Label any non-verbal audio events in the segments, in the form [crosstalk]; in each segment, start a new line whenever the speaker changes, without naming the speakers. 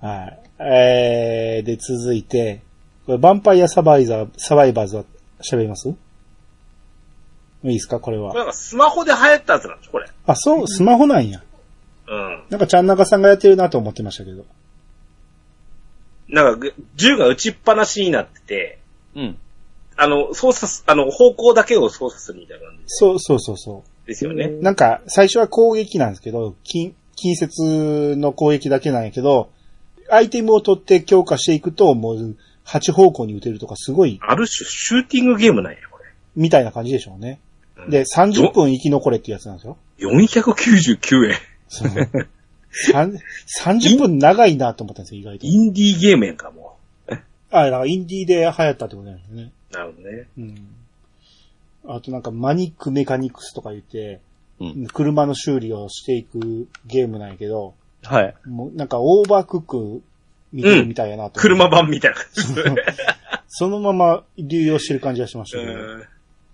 はい。えー、で、続いて、これ、ヴァンパイアサバイザー、サバイバーズは喋りますいいですかこれ
こ
は
れ。なんかスマホで流行ったやつなんでしょ、これ。
あ、そう、スマホなんや。
うん。
なんか、ちゃんなかさんがやってるなと思ってましたけど。
なんかぐ、銃が撃ちっぱなしになってて、
うん。
あの、操作す、あの、方向だけを操作するみたいな感じ
そう、そうそうそ
ですよね
う。。なんか、最初は攻撃なんですけど、近、近接の攻撃だけなんやけど、アイテムを取って強化していくと、もう、8方向に撃てるとか、すごい、
ある種、シューティングゲームなんや、こ
みたいな感じでしょうね。
れ。うん
で、、30分生き残れってやつなんですよ。
499円。
その [laughs] さん30分長いなと思ったんですよ、意外と。
インディーゲームやんか、も
あ、なんかインディーで流行ったってことなんですね。
う。なるほどね。
うん。あとなんかマニックメカニクスとか言って、
うん
車の修理をしていくゲームなんやけど、
はい。
もうなんかオーバークック見てるみたいやなと、
車。版みたいな感
[laughs]
じですね。
そのまま流用してる感じがしましたけど。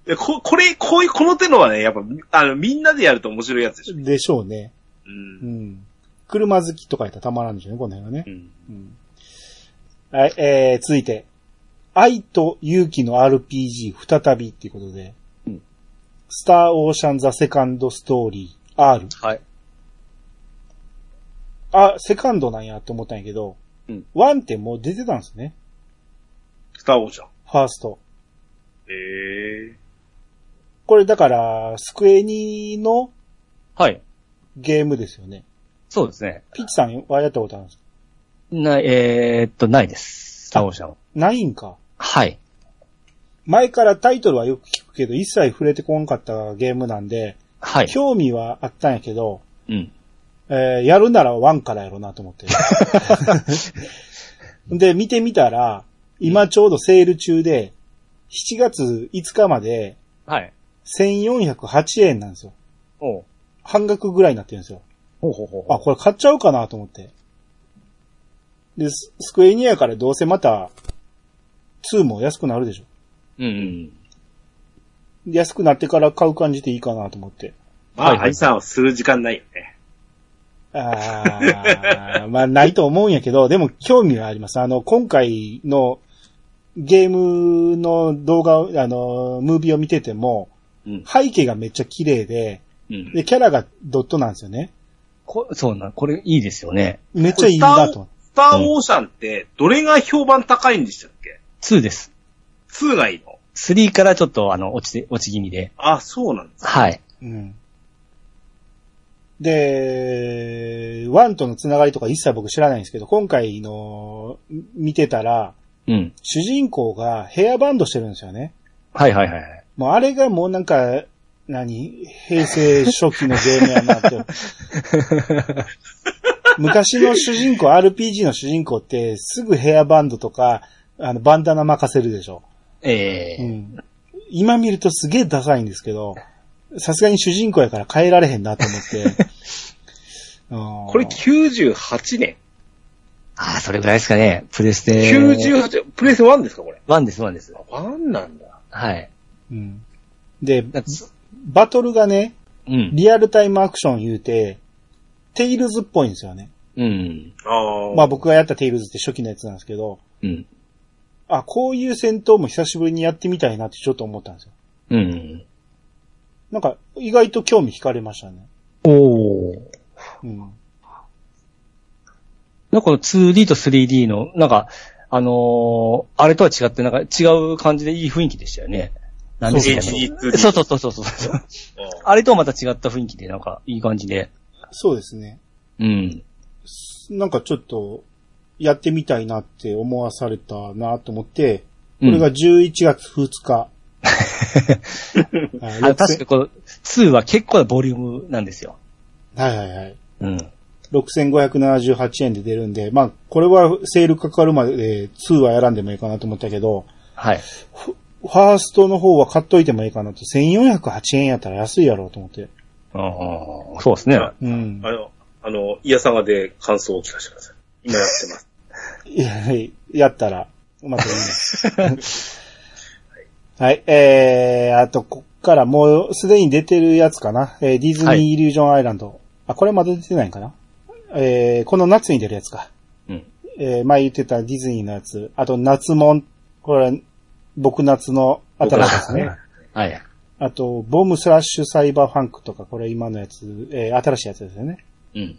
でここれ、こういう、この手のはね、やっぱ、あの、みんなでやると面白いやつでしょ。
でしょうね。
う。
うんん。車好きとかやったらたまらんでしょうね、この辺はね
う。ん。
うんはい、えー、続いて。愛と勇気の RPG 再びっていうことで。
うん
スターオーシャンザセカンドストーリー R。
はい。
あ、セカンドなんやと思ったんやけど、
うん
ワンってもう出てたんですね。
スターオーシャン。
ファースト。
ええ
これだから、スクエニの
はい。
ゲームですよね。
そうですね。
ピッチさんはやったことあるんですか
ない、えーっと、ないです。スターオーシャンは。
ないんか。
はい。
前からタイトルはよく聞くけど、一切触れてこんかったゲームなんで、
はい。
興味はあったんやけど、
うん。
えーやるならワンからやろうなと
[laughs]
思って。で、見てみたら、今ちょうどセール中で、7月5日まで
はい。
1408円なんですよ。
おう
半額ぐらいになってるんですよ。
ほうほうほうほう。
あ、これ買っちゃおうかなと思って。で、ススクエニアからどうせまた、2も安くなるでしょ。
うんうん。
で安くなってから買う感じでいいかなと思って。
まあ、
はいはい
アジさんはする時間ないよね。
あーまあ、ないと思うんやけど、でも興味はあります。あの、今回のゲームの動画を、あの、ムービーを見てても、
うん
背景がめっちゃ綺麗で、
うん。
で、キャラがドットなんですよね。
こそうな、これいいですよね。
めっちゃいいなと思って。
スターオーシャンって、どれが評判高いんでしたっけ
2です。
?2 がいいの
3からちょっと、あの、落ちて、落ち気味で。
あ、そうなんです。
はい。
うん。で、ワンとのつながりとか一切僕知らないんですけど、今回の見てたら、
うん。
主人公がヘアバンドしてるんですよね。
はいはいはいはい。
もうあれがもうなんか、何平成初期のゲームやなって。昔の主人公、RPG の主人公って、すぐヘアバンドとか、あの、バンダナ任せるでしょ。
ええ
うん。今見るとすげえダサいんですけど、さすがに主人公やから変えられへんなと思って。うん
これ98年
ああ、それぐらいですかね。プレステ。
?98 年、プレイス1ですか、これ。
1です、1です。
1なんだ。
はい。
うん。で、
だつ
バトルがね、
うん。
リアルタイムアクション言うて、テイルズっぽいんですよね。
うん。
ああ。
まあ僕がやったテイルズって初期のやつなんですけど、
うん。
あ、こういう戦闘も久しぶりにやってみたいなってちょっと思ったんですよ。
うん。
なんか、意外と興味惹かれましたね。
おー。
うん。
なんかこの 2D と 3D の、なんか、あのー、あれとは違って、なんか違う感じでいい雰囲気でしたよね。なんでしたっけ
HD2D
そうそうそうそうそう。
うん
[laughs] あれとはまた違った雰囲気で、なんかいい感じで。
そうですね。
うん。
なんかちょっと、やってみたいなって思わされたなと思って、これが11月2日。
[laughs] あ確かこの2は結構なボリュームなんですよ。
はいはいはい。
うん。
6578円で出るんで、まあ、これはセールかかるまで2はやらんでもいいかなと思ったけど、
はい。
ファーストの方は買っといてもいいかなと、1408円やったら安いやろうと思って。
うんそうですね。
は
うん。
あの、あの、イヤサガで感想を聞かせてください。今やってます。
いや、はいやったら、うまくいいです。
[laughs]
はい、えー、あと、こっからもうすでに出てるやつかな。えー、ディズニーイリュージョンアイランド。あ、これまだ出てないんかなえー、この夏に出るやつか。
うん。
えー前言ってたディズニーのやつ、あと夏もん、これ、僕夏の新しいですね。
はい。
あと、ボムスラッシュサイバーファンクとか、これ今のやつ、えー新しいやつですよね。
うん。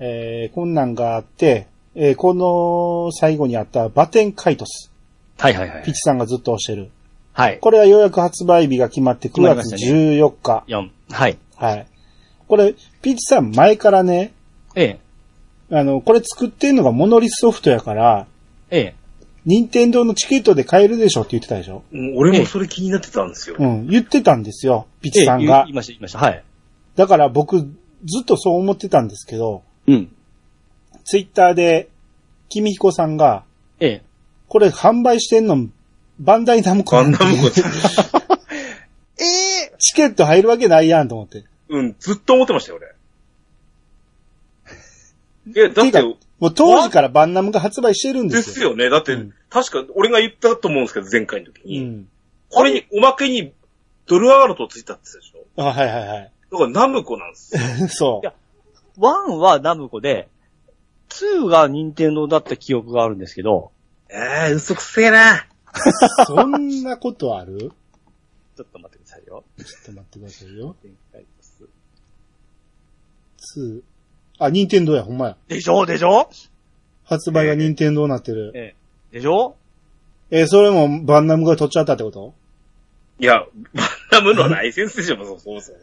えーこんなんがあって、えーこの最後にあったバテンカイトス。
はいはいはい
ピッチ。さんがずっと押してる。
はい。
これはようやく発売日が決まって9
決まりま
月
したね
14日。
4。はい。
はい。これ、ピッチさん前からね、
ええ。
あの、これ作ってんのがモノリスソフトやから、
ええ。
任天堂のチケットで買えるでしょって言ってたでしょ
うん俺もそれ気になってたんですよ。
うん、言ってたんですよ、ピ
え
ッチ
え
さん
言
が
い。ました、言いました。はい。
だから僕、ずっとそう思ってたんですけど、
うん。
ツイッターで、君彦さんが、
ええ。
これ販売してんの、バンダイナムコ
ガ
なん
ン
だ
ダムコちゃん。
ええ
チケット入るわけないやんと思って。
うん、ずっと思ってましたよ、俺。
[laughs]
いや、だって
いう
て
か、もう当時からバンナムが発売してるんで
です
よ。
すよね。だって、
うん
確か、俺が言ったと思うんですけど、前回の時
う
に。
ん。
これに、おまけに、ドルアールトついたって言ってたでし
あ、はいはいはい。 [laughs]
ょだから、ナムコなんですよ。
そ
いや1はナムコで、2が任天堂だった記憶があるんですけど、
ええー、嘘くせえな。
う。そんなことある
ちょっと待ってくださいよ。
ちょっと待ってくださいよ。
展開です
2。あ、任天堂や、ほんまや。
でしょでしょ
発売が任天堂になってる。
ええ。でしょ
えーそれもバンナムが取っちゃったってこと
いや、バンダムのライセンスでしょ、そもそ
[laughs]
もそも。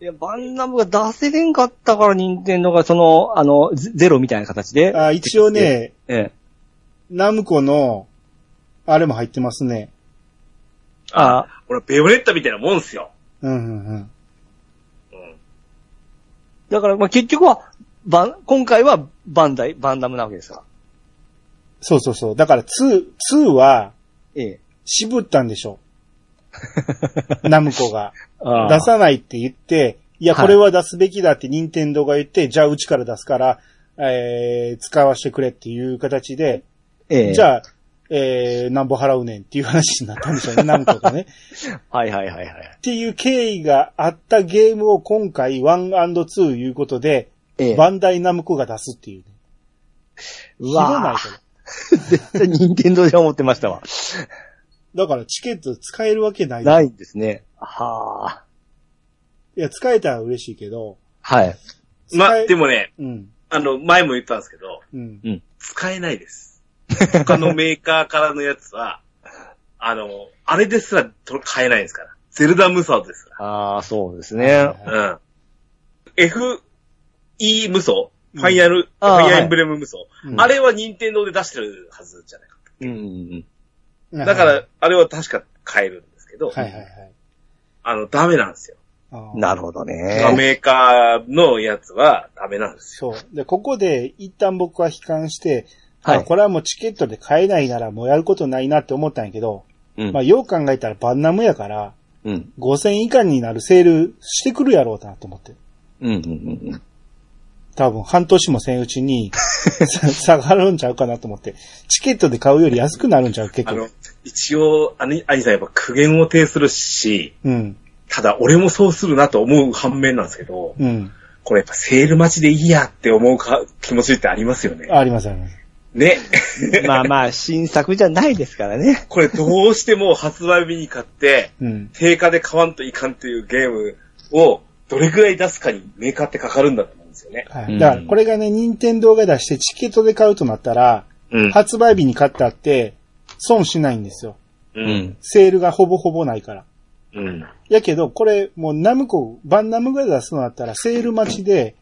いや、バンナムが出せれんかったから、任天堂がその、あの、ゼゼロみたいな形で。
あ、一応ね、
ええ。
ナムコの、あれも入ってますね。
あ
俺、ベヨネッタみたいなもんっすよ。
うんうんうん。
うん。
だから、まあ、結局は、バン、今回はバンダイ、バンダムなわけですか
そうそうそう。だから2、2は、
ええ。
渋ったんでしょ。ナムコが。
あ
出さないって言って、いや、
はい
これは出すべきだって任天堂が言って、じゃあうちから出すから、えー、使わせてくれっていう形で、
ええ。
じゃあ、えー、なんぼ払うねんっていう話になったん
[laughs]
でしょうね、ナムコがね。
あ。はいはいはいはい
っ。ていう経緯があったゲームを今回 1&2 いうことで、
ええ。
バンダイナムコが出すっていう、ね。
う
切らない
わ
とね。
ぁ。任天堂じゃ思ってましたわ。
だからチケット使えるわけない。
ないですね。はあ。
いや、使えたら嬉しいけど。
はい。
使
ま、
え
でもね、
うん。
あの、前も言ったんですけど、
うん。
使えないです。他のメーカーからのやつは、あの、あれですらと買えないですから。ゼルダ無双です
ああ、そうですね。
ら。うん。FE 無双ファイナル、
あー
ファイアーエンブレム無双、
うん
あれは任天堂で出してるはずじゃないか。
うんうん
だ
は
から、あれは確か買えるんですけ
い
ど、
はいはい
あの、ダメなんですよ。
あ
う
ー。
ん。なるほどね。
メーカーのやつはダメなんですよ。
そう。で、ここで一旦僕は悲観して、
はい
あこれはもうチケットで買えないならもうやることないなって思ったんやけど、
うん
まあよう考えたらバンナムやから、
うん。
5000以下になるセールしてくるやろうなと思って。
うんうんうんうん。
多分半年もせんう
[laughs]
ちにさ下がるんちゃうかなと思って。チケットで買うより安くなるんちゃう結
あの
構。、
一応、あに、兄さんやっぱ苦言を呈するし、
うん。
ただ俺もそうするなと思う反面なんですけど、
うん。
これやっぱセール待ちでいいやって思うか気持ちってありますよね。
ありますあります。
ね。 [laughs]
まあまあ、新作じゃないですからね。
これどうしても発売日に買って、
うん。
定価で買わんといかんというゲームをどれくらい出すかにメーカーってかかるんだと思うんですよね。
は
う
い。
ん
だから、これがね、任天堂が出してチケットで買うとなったら、
うん
発売日に買ったって、損しないんですよ。
う。。
うん。
セールがほぼほぼないから。
うん。
やけど、これ、もうナムコ、バンナムが出すのだったら、セール待ちで、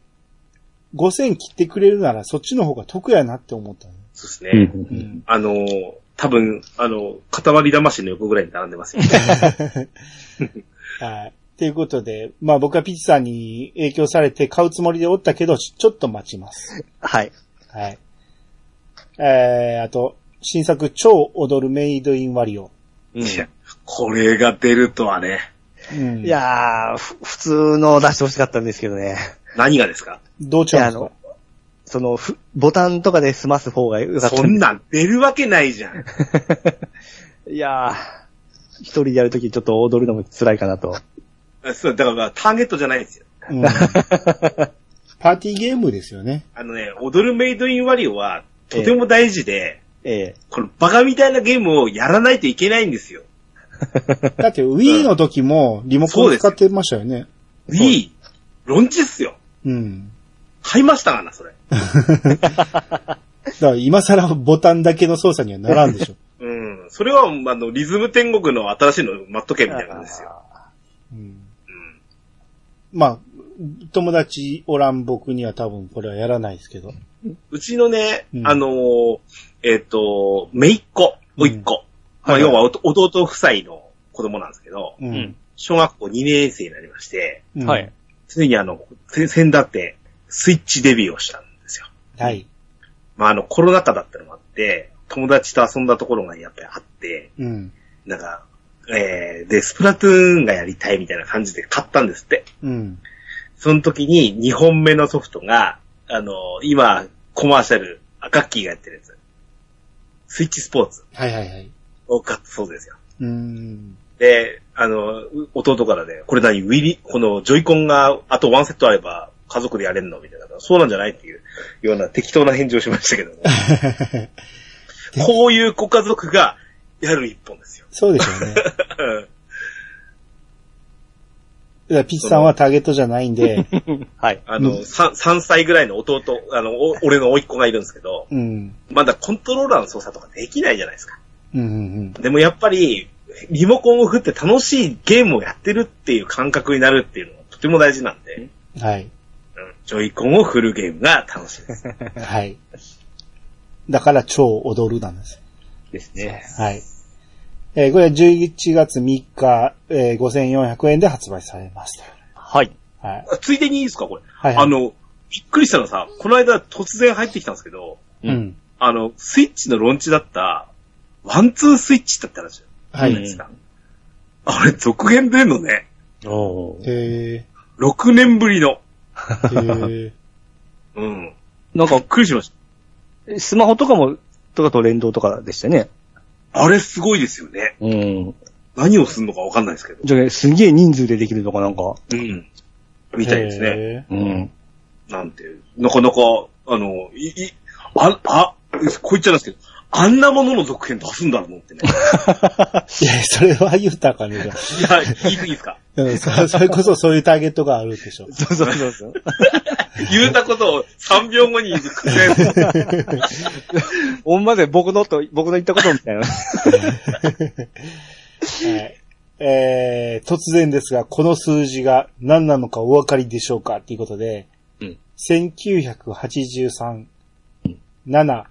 5000切ってくれるなら、そっちの方が得やなって思ったの。
そうですね。
うんん。 [laughs]
あのー、多分、あの、塊魂の横ぐらいに並んでますよ。
はい。ということで、まあ僕はピッチさんに影響されて買うつもりでおったけど、ちちょっと待ちます。
はい。
はい。えー、あと、新作超踊るメイドインワリオ。
いや、これが出るとはね、
うん。
い、やー、ふ普通の出してほしかったんですけどね。
何がですか
どうち
いや
ゃ
あ
うんで
の、その、ふボタンとかで済ます方が良かった
そんなん出るわけないじゃん。
[laughs] いやー、一人でやるときちょっと踊るのも辛いかなと。
そう、だからターゲットじゃないんですよ。
すか。パーティーゲームですよね。
あのね、踊るメイドインワリオは、とても大事で、
え
このバカみたいなゲームをやらないといけないんですよ。
だって Wii の時もリモコン使ってましたよね。
そう
Wii、ロンチっすよ。
うん。
買いましたがな、それ。
だから今更ボタンだけの操作にはならんでしょ。
うん。それは、あの、リズム天国の新しいの待っとけ
え。
みたいな感じですよ。
うん
うん。
まあ、友達おらん僕には多分これはやらないですけど。
うちのね、
うん
あのーえっ、と、めいっ子、おいっ子。まあ、
はい
要はおと弟夫妻の子供なんですけど、
う
うん。
小学校2年生になりまして、
うん
はい。。
ついにあの、せ先だって、スイッチデビューをしたんですよ。
はい。
まあ、あの、コロナ禍だったのもあって、友達と遊んだところがやっぱりあって、
うん。
なんか、えー、で、スプラトゥーンがやりたいみたいな感じで買ったんですって。
うん。
その時に2本目のソフトが、あの、今、コマーシャル、ガッキーがやってるやつ。スイッチスポーツ
はいはいはい。
を買ったそうですよ。
うん。 [laughs]
で、あの、う弟からね、これ何、ウィリ、このジョイコンがあとワンセットあれば家族でやれんのみたいな。そうなんじゃないっていうような適当な返事をしましたけども。こういうご家族がやる一本ですよ。 [laughs]
そうでしょうね。だからピチさんはターゲットじゃないんで、
[laughs] はい。
あの、さ3歳ぐらいの弟、あの、お俺の甥っ子がいるんですけど、
うん。
まだコントローラーの操作とかできないじゃないですか。
うんうん
でもやっぱり、リモコンを振って楽しいゲームをやってるっていう感覚になるっていうのはとても大事なんで、うん
うん。はい。
ジョイコンを振るゲームが楽しいです。
はい。だから超踊るなんです。
ですね。
はい。えーこれは11月3日、えー5400円で発売されました。
はい。
はい。
あついでにいいですか、これ。
はい、はい。
あ、の、びっくりしたのさ、この間突然入ってきたんですけど、
う。ん。
あの、スイッチのローンチだった、ワンツースイッチだった話じ
は
ゃない
い。
ですか。あれ、続編出んのね。
おー
え
6年ぶりの。
ー、
[laughs]
えー、
うん。
[laughs] なん
びっ
か、
くりしまし
スマホとかも、とかと連動とかでしたね。
た。あれすごいですよね。
うん。
何をするのかわかんないですけど。
じゃあ、すげえ人数でできるとかなんか。
うん。みたいですね。
ね。
うん。
なんていう、なかなか、あの、い、い、あ、あ、こう言っちゃなんですけど、あんなものの続編出すんだろうと思ってね。
いや、それは言うたらあかんねえじゃん
いや、言い過ぎですか。
うんそ [laughs] それこそそういうターゲットがあるでしょ。
そうそうそうそう。 [laughs]
言うたことを3秒後に言う
ほんまで僕のと、僕の言ったことみたいな。
はいえー、突然ですが、この数字が何なのかお分かりでしょうかっていうことで、
うん
1983、
うん
7、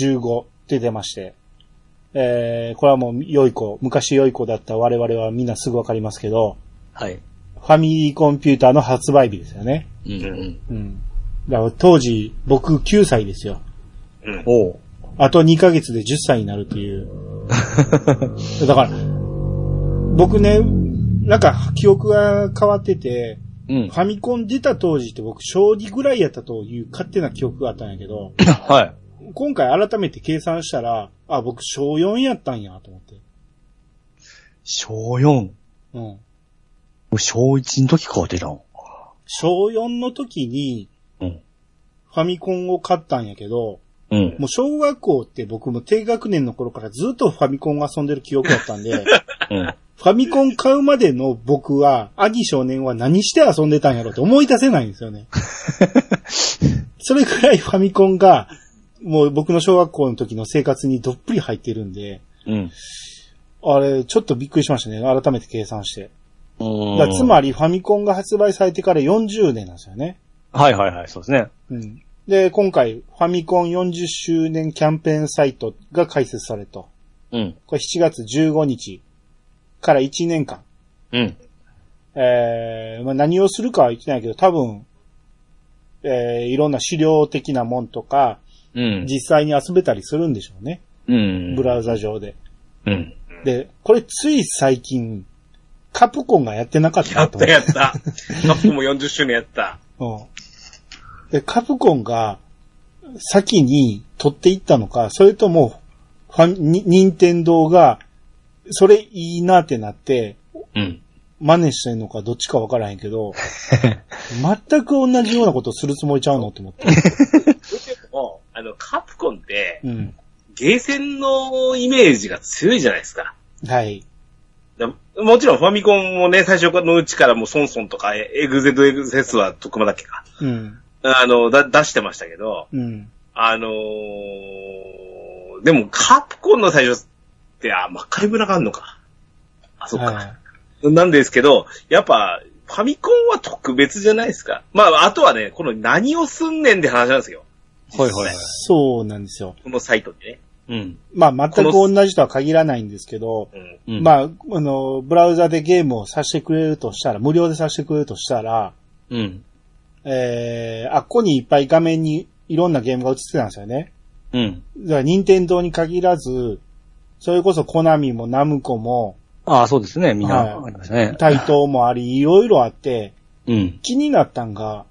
15って出まして、えー、これはもう良い子、昔良い子だった我々はみんなすぐわかりますけど、
[laughs] はい。
ファミリーコンピューターの発売日ですよね。
うん。
うん。だから当時、僕9歳ですよ。
うん。
おう。
あと2ヶ月で10歳になるという。だから、僕ね、なんか記憶が変わってて、
うん
フ。ァミコン出た当時って僕、小2ぐらいやったという勝手な記憶があったんやけど、
[laughs] は
今回改めて計算したら、あ、僕小4やったんや、と思って。
い。小4。
うん。
小1の時から出たん。
小4の時に、
うん
ファミコンを買ったんやけど、
うん。
もう小学校って僕も低学年の頃からずっとファミコンを遊んでる記憶だったんで、
うん。
ファミコン買うまでの僕は、アギ少年は何して遊んでたんやろって思い出せないんですよね。それくらいファミコンが、もう僕の小学校の時の生活にどっぷり入ってるんで、
うん。
あれ、ちょっとびっくりしましたね。改めて計算して。だか
う
らつまり、ファミコンが発売されてから40年なんですよね。
はいはいはい、そうですね。
うん。で、今回、ファミコン40周年キャンペーンサイトが開設されと。
うん。
これ7月15日から1年間。
うん。
えーまあ、何をするかは言ってないけど、多分、えーいろんな資料的なもんとか、
うん。
実際に遊べたりするんでしょうね。
うん。
ブラウザ上で。
うん。
で、これつい最近、カプコンがやってなかった
や
な
っ
と思
た
って
やった。カップも40周年やった。
うんで、カプコンが先に取っていったのか、それとも、ファミ、ニ任天堂が、それいいなってなって、
うん。
真似してんのかどっちかわからへんけど、全く同じようなことするつもりちゃうのって思
[laughs]
って。
もう、あの、カプコンって、
うん。
ゲーセンのイメージが強いじゃないですか。
はい。
だもちろんファミコンもね、最初のうちからもうソンソンとか、エエグゼとエグゼスは特間だっけか。
うん。
あの、だ、出してましたけど、
うん。
あのーでもカプコンの最初って、あ、真っ赤い村があんのか。あ、そっか。
は
なんですけど、やっぱ、ファミコンは特別じゃないですか。まあ、あとはね、この何をすんねんって話なんですよ。
いはいはい
い。。そうなんですよ。
このサイトってね。
うん。
まあ、全く同じとは限らないんですけど、
うん。
うん、あ、
まあ、あの、ブラウザでゲームをさせてくれるとしたら、無料でさせてくれるとしたら、
うん。
えー、あっこにいっぱい画面にいろんなゲームが映ってたんですよね。
うん。
だから、任天堂に限らず、それこそコナミもナムコ
[laughs]
も、
ああ、そうですね。みんな、
はい
ありましたね。
台頭もあり、いろいろあって、
うん。
気になったんが、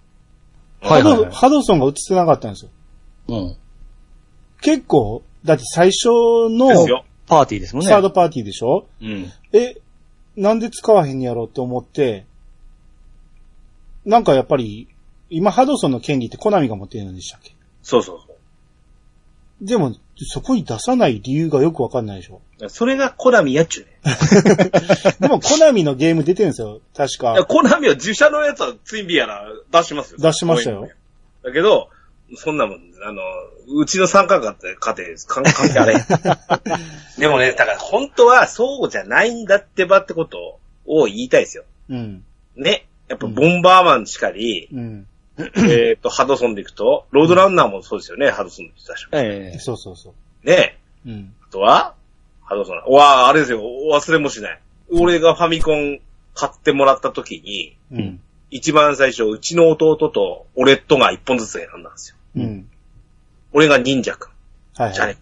はいはい
ハドハドソンが映ってなかったんですよ。
うん。
結構、だって最初
です
の
よ。
パーティーですもんね。
サードパーティーでしょ、
うん。
え、なんで使わへんやろって思って、なんかやっぱり、今ハドソンの権利ってコナミが持ってるんでしたっけ
そうそうそう。
でも、そこに出さない理由がよくわかんないでしょ。
それがコナミやっちゅうね。
でもコナミのゲーム出てるんですよ。確
いや
か。
コナミは自社のやつはツインビやら出しますよ。
出しましたよ。
だけど、そんなもん、あの、うちの参加家って家庭です。関関
[laughs]
係あれ。でもね、だから本当はそうじゃないんだってばってことを言いたいですよ。
うん。
ね。やっぱボンバーマンしかり、
うん。
えっと、ハドソンで行くと、ロードランナーもそうですよね、ハドソンで行ったでしょ。
ええ
そうそうそう。
ね。
うん。
あとは、ハドソン。うわあ、あれですよ、忘れもしない。俺がファミコン買ってもらった時に、
うん。
一番最初、うちの弟と俺とが一本ずつ選んだんですよ。
うん。
俺が忍者くん、
はい
じゃ
は
ね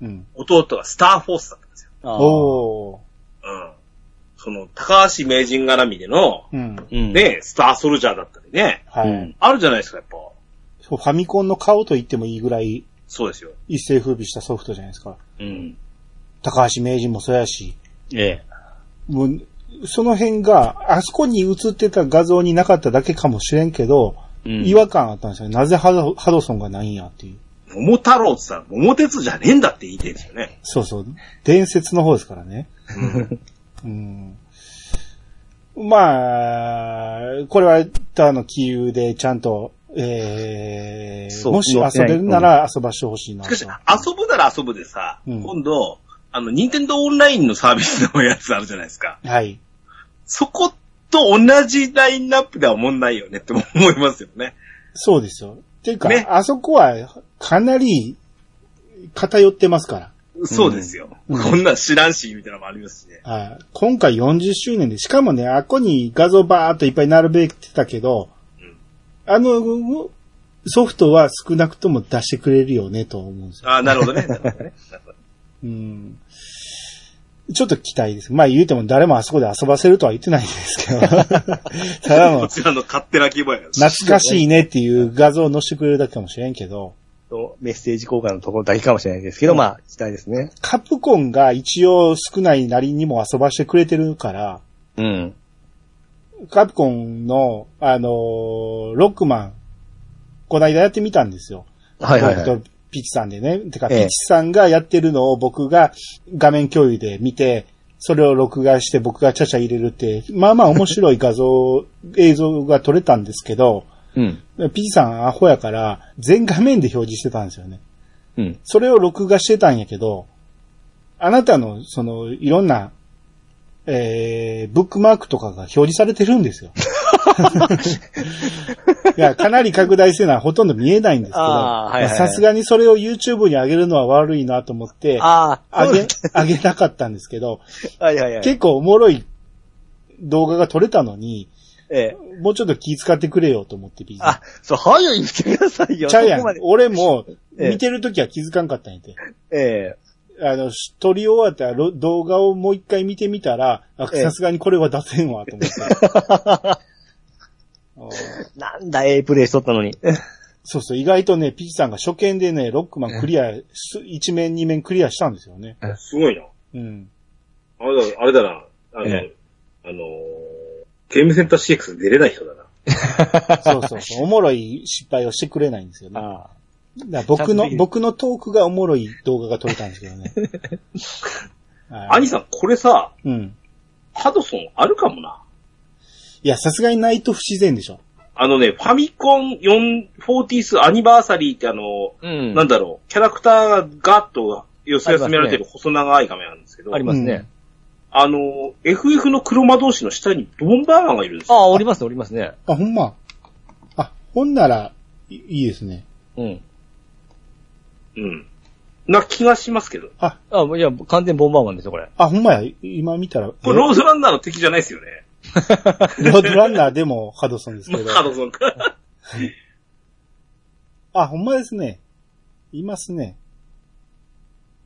い。うん。
弟がスターフォースだったんですよ。
ああ
おー。
うん。その、高橋名人絡みでの、
うん。
うん。、
ね、スターソルジャーだったりね。
はい、
うん
あるじゃないですか、やっぱ。
そうファミコンの顔と言ってもいいぐらい
そうですよ。
一世風靡したソフトじゃないですか。
うん。
高橋名人もそうやし、
ええ
もう、その辺が、あそこに映ってた画像になかっただけかもしれんけど、
うん。
違和感あったんですよね。なぜハドハドソンがないんやっていう。
桃太郎って言ったら桃鉄じゃねえんだって言いてるんですよね。
そうそう。伝説の方ですからね。うん。まあ、これは、あの、キーでちゃんと、えー、
そう
もし遊べるなら遊ばしてほしいな
し
と
かし、遊ぶなら遊ぶでさ、
うん
今度、あの、任天堂オンラインのサービスのやつあるじゃないですか。
はい。
そこと同じラインナップでは思んないよねって思いますよね。
そうですよ。っていうか、
ね
あそこはかなり偏ってますから。
そうですよ。こんなん知らんし、みたいなのもありますしね。
はい今回40周年で、しかもね、あっこに画像バーっといっぱい並べてたけど、あの、ソフトは少なくとも出してくれるよね、と思うんですよ。
ああ、なるほ
[laughs]
どね。なるほどね
うん。ちょっと期待です。まあ言うても誰もあそこで遊ばせるとは言ってないんですけど、ただ
こ
の
ちらの勝手な希望やから。
懐かしいねっていう画像を載せてくれるだけかもしれんけど、
とメッセージ交換のところだけかもしれないですけど、まあ、期待ですね。
カプコンが一応少ないなりにも遊ばしてくれてるから、
うん。
カプコンの、あのーロックマン、こないだやってみたんですよ。
はいはいはい。
僕とピチさんでね。てか、
ええ
ピチさんがやってるのを僕が画面共有で見て、それを録画して僕がちゃちゃ入れるって、まあまあ面白い画像、映像が撮れたんですけど、
うん。
ピチさんアホやから、全画面で表示してたんですよね。
うん。
それを録画してたんやけど、あなたの、その、いろんな、えー、ブックマークとかが表示されてる
[laughs]
んですよ。いや、かなり拡大せな、ほとんど見えないんですけど、
あーはいはいはい
まあさすがにそれを YouTube に上げるのは悪いなと思って、
ああ、
上
そう
げ
で、
上げなかったんです
[laughs]
けど、
すはいはいはい。
結構おもろい動画が撮れたのに、
ええ。
もうちょっと気遣ってくれよと思って、ビーズ
あ、そう、早い言ってくださいよ。
ちゃう
そ
や
こま
ん
で。
俺も、
ええ
見てるときは気づかんかったんやて。
ええ。
あの、し撮り終わったろ動画をもう一回見てみたら、あ
ええ
さすがにこれは出せんわ、と思って。
[laughs]
あー
なんだ、ええプレイしとったのに。
そうそう、意外とね、ピチさんが初見でね、ロックマンクリア、す一面二面クリアしたんですよね。
すごいな。
うん。
あれだ、あれだな。あの、
え
あのーゲームセンター CX 出れない人だな。
そうそう
[laughs]
そう。おもろい失敗をしてくれないんですよね。
あ
だから僕
ちゃんとで
の
き、る
僕のトークがおもろい動画が撮れたんですけ
[laughs]
どね。は
アニ
い
さん、これさ、
うん。
ハドソンあるかもな。
いや、さすがにないと不自然でしょ。
あのね、ファミコン4 40th アニバーサリーってあの、
うん。
なんだろう、キャラクターがガッと寄せ集められてる細長い画面なんですけど、
ありますね。
うん
あの、FF の黒魔同士の下にボンバーマンがいるんですよ。
ああ、おります、おりますね。
あ、ほんま。あ、ほんなら、いいいですね。
うん。
うん。な気がしますけど。
あいや、完全ボンバーマンですよ、これ。
あ、ほんまや。今見たら、
これロードランナーの敵じゃないですよね。
ロードランナーでもハドソンですけど。
[laughs] ハドソンか。
あ、ほんまですね。いますね。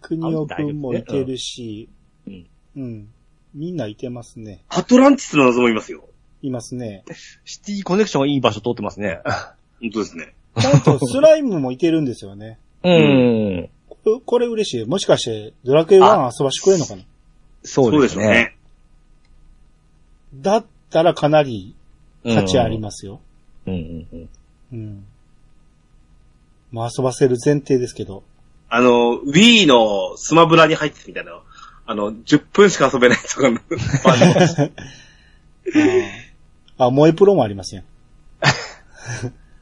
国尾くんもいてるし、
あ大丈
うん。みんないてますね。
アトランティスの謎もいますよ。
います [laughs] ね。
シティコネクションがいい場所通ってますね。
本当ですね。
ちゃんとスライムもいてるんですよね。
うん。
ここれ嬉しい。もしかして、ドラクエ1遊ばしてくれるのかな
そうです
しょう
ね。。
だったらかなり価値あり
ま
ますよ。
す。うんうんうん。
うん。まあ遊ばせる前提ですけど。
あの、Wii のスマブラに入ってみたいな、あの、10分しか遊べないとかのあの
あ、萌えプロもありますやん。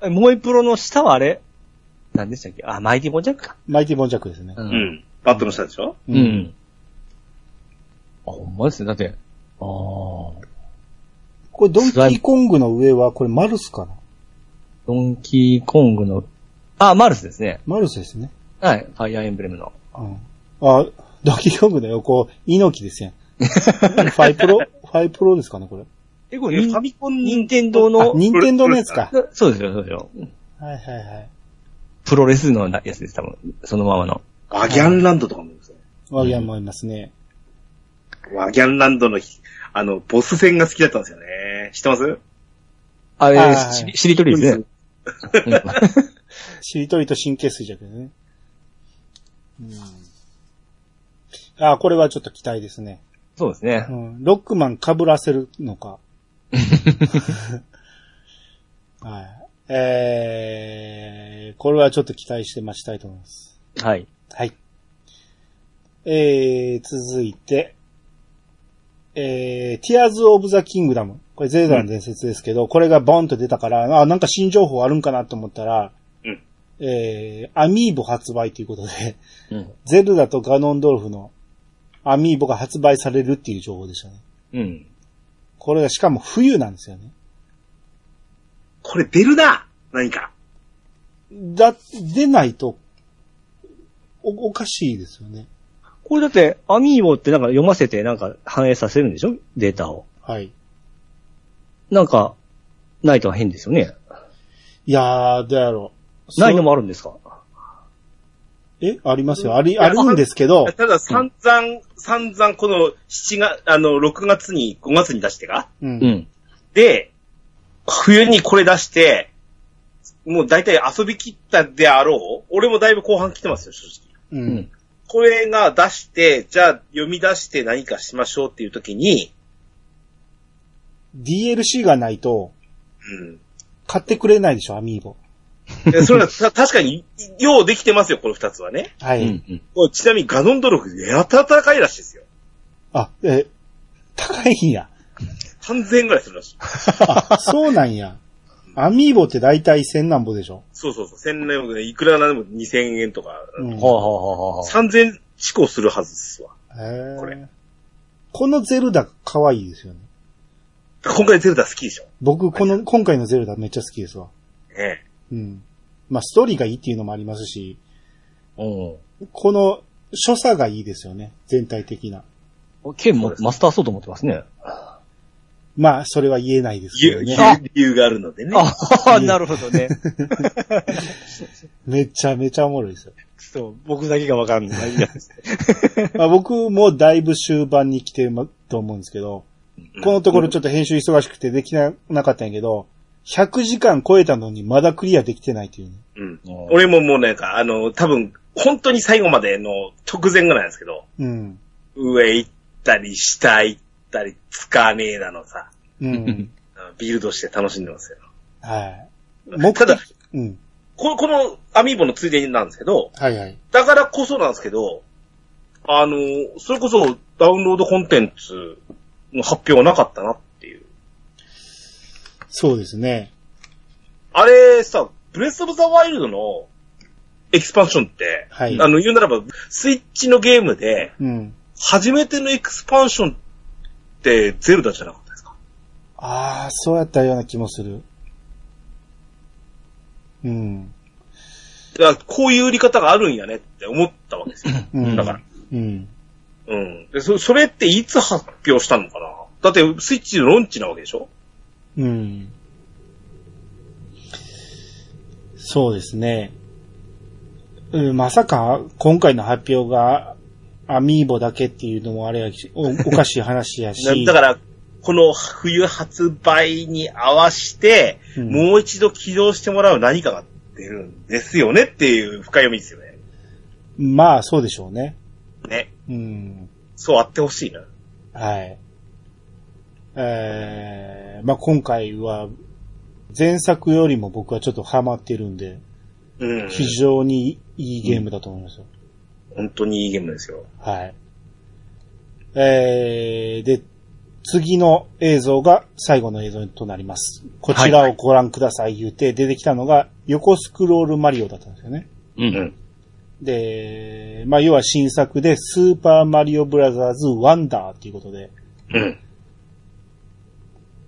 えモイプロの下はあれ何でしたっけあ、マイティボンジャックか。
マイティボンジャックですね。
う
う。ん。 [laughs] バットの下でしょ
う。ん。あ、ほんまですね。だって、ああ。
これドンキーコングの上は、これマルスかな
ドンキーコングの、あ、マルスですね。
マルスですね。
はい。ファイアーエンブレムの。
うん。あ、ドンキーコングの横、猪木です
[laughs]
やん。ファイプロファイプロですかね、これ。
え、
こ
こ
れファミコンに
任天堂
あ
の、、
任天堂のやつか。
そうですよ、そうですよ。
はいはいはい。
プロレスのやつです、多分。そのままの。
ワギャンランドとかもいるんですよ。
ワギャンもいますね。
ワギャンランドのひ、あの、ボス戦が好きだったんですよね。知ってます
あれ
はい、
ししりとりですね。
しりとりと神経衰弱ですね。うん。あ、これはちょっと期待ですね。
[laughs] そうですね
う。ん。ロックマン被らせるのか。はい。えー、これはちょっと期待して待ちたいと思います。
はい。
はい。えー、続いて、えー、Tears of the Kingdom。これゼルダの伝説ですけど、これがボンと出たから、あ、なんか新情報あるんかなと思ったら、
うん
えー、アミーボ発売ということで、
うん。
[laughs] ゼルダとガノンドルフのアミーボが発売されるっていう情報でしたね。
うん。
これがしかも冬なんですよね。
これ出るな何か。
だ、出ないと、お、おかしいですよね。
これだって、アミーボってなんか読ませてなんか反映させるんでしょデータを。
はい。
なんか、ないとは変ですよね。
いやー、どうやろう。
ないのもあるんですか
え、ありますよ。あり、あるんですけど、
ただ散々、散々この7月、あの、6月に、5月に出してか
うん
う。ん。
で、冬にこれ出して、もう大体遊び切ったであろう俺もだいぶ後半来てますよ、正直。
う。
うんん。
これが出して、じゃあ読み出して何かしましょうっていう時に、
DLC がないと、
うん
買ってくれないでしょ、アミーボ。
で。それはた [laughs] 確かに、ようできてますよ、この二つはね。
は
う
い。
ん。
おちなみにガノンドロフ、やたら高いらしいですよ。
あ、え、高いんや。
3000円ぐらいするらしい。
あ、そうなんや。アミーボって大体千何ぼでしょ。
そうそうそう、1000円でいくらなんでも2000円とか、
うん。
はあ、はあはあはあ、
3000円志向するはずですわ。
へー
これ
このゼルダ可愛いですよね。
今回ゼルダ好きでしょ。
僕、この、今回のゼルダめっちゃ好きですわ。
ね
うん。まあ、ストーリーがいいっていうのもありますし、
うん。
この、所作がいいですよね。全体的な。
剣もマスターソード持ってますね。
まあ、それは言えないですけど
言う
ね。
言う理由があるのでね。
ああ、なるほどね。
めちゃめちゃおもろいですよ。
そう、僕だけがわかんない。
まあ、僕もだいぶ終盤に来てると思うんですけど、このところちょっと編集忙しくてできななかったんやけど、100時間超えたのにまだクリアできてないっていうね。
うん。
うん
俺ももうなんか、あの、多分、本当に最後までの直前ぐらいなんですけど、
うん。
上行ったり、下行ったり、つかねえなのさ。 [laughs]
うん。
あビルドして楽しんでますよ。
はい。目的
ただ、
うん。
ここのアミーボのついでになんですけど、
はいはい。
だからこそなんですけど、あの、それこそダウンロードコンテンツの発表はなかったなっていう。
そうですね。
あれさ、ブレスオブザワイルドのエキスパンションって、
はい
あの、言うならば、スイッチのゲームで、
うん。
初めてのエクスパンションってゼルダじゃなかったですか
ああ、そうやったような気もする。うん。
だからこういう売り方があるんやねって思ったわけですよ。
うん。
だから。。
うん。
うん。で、そそれっていつ発表したのかなだって、スイッチのロンチなわけでしょ
うん。そうですね。うん、まさか、今回の発表が、アミーボだけっていうのもあれやし、おおかしい話やし。
[laughs] だから、この冬発売に合わせて、
うん
もう一度起動してもらう何かが出るんですよねっていう深読みですよね。
まあ、そうでしょうね。
ね。
うん。
そうあってほしいな。
はい。えー、まあ今回は、前作よりも僕はちょっとハマってるんで、
うん。
非常にいいゲームだと思いますよ。
本当にいいゲームですよ。
はい。えー、で、次の映像が最後の映像となります。こちらをご覧ください言うて出てきたのが横スクロールマリオだったんですよね。
うん
うん。
で、まあ要は新作でスーパーマリオブラザーズワンダーっていうことで、
うん。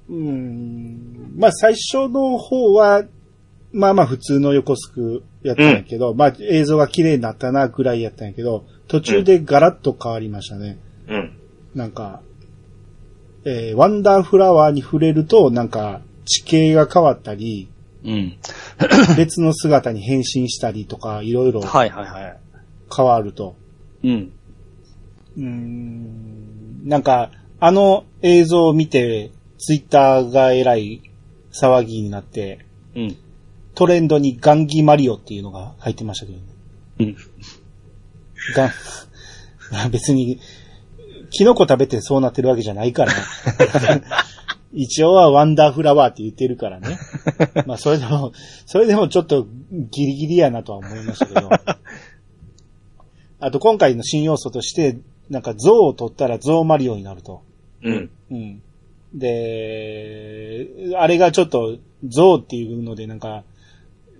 うーんまあ最初の方は、まあまあ普通の横スクやったんやけど、まあ映像が綺麗になったなぐらいやったんやけど、途中でガラッと変わりましたね。
うん。
なんか、えーワンダーフラワーに触れると、なんか地形が変わった [laughs] り、
うん。
別の姿に変身したりとか、いろいろ
はいはいはい。
変わると。
うん。
うーんなんか、あの映像を見て、ツイッターがえらい騒ぎになって、
うん。
トレンドにガンギマリオっていうのが入ってましたけど、ね、
うん。
ガンまあ、 [laughs] 別に、キノコ食べてそうなってるわけじゃないから、ね、 [laughs] 一応はワンダーフラワーって言ってるからね。まあ、それでも、それでもちょっとギリギリやなとは思いましたけど。あと今回の新要素として、なんか像を取ったら像マリオになると。
うん。
うん。で、あれがちょっと、像っていうので、なんか、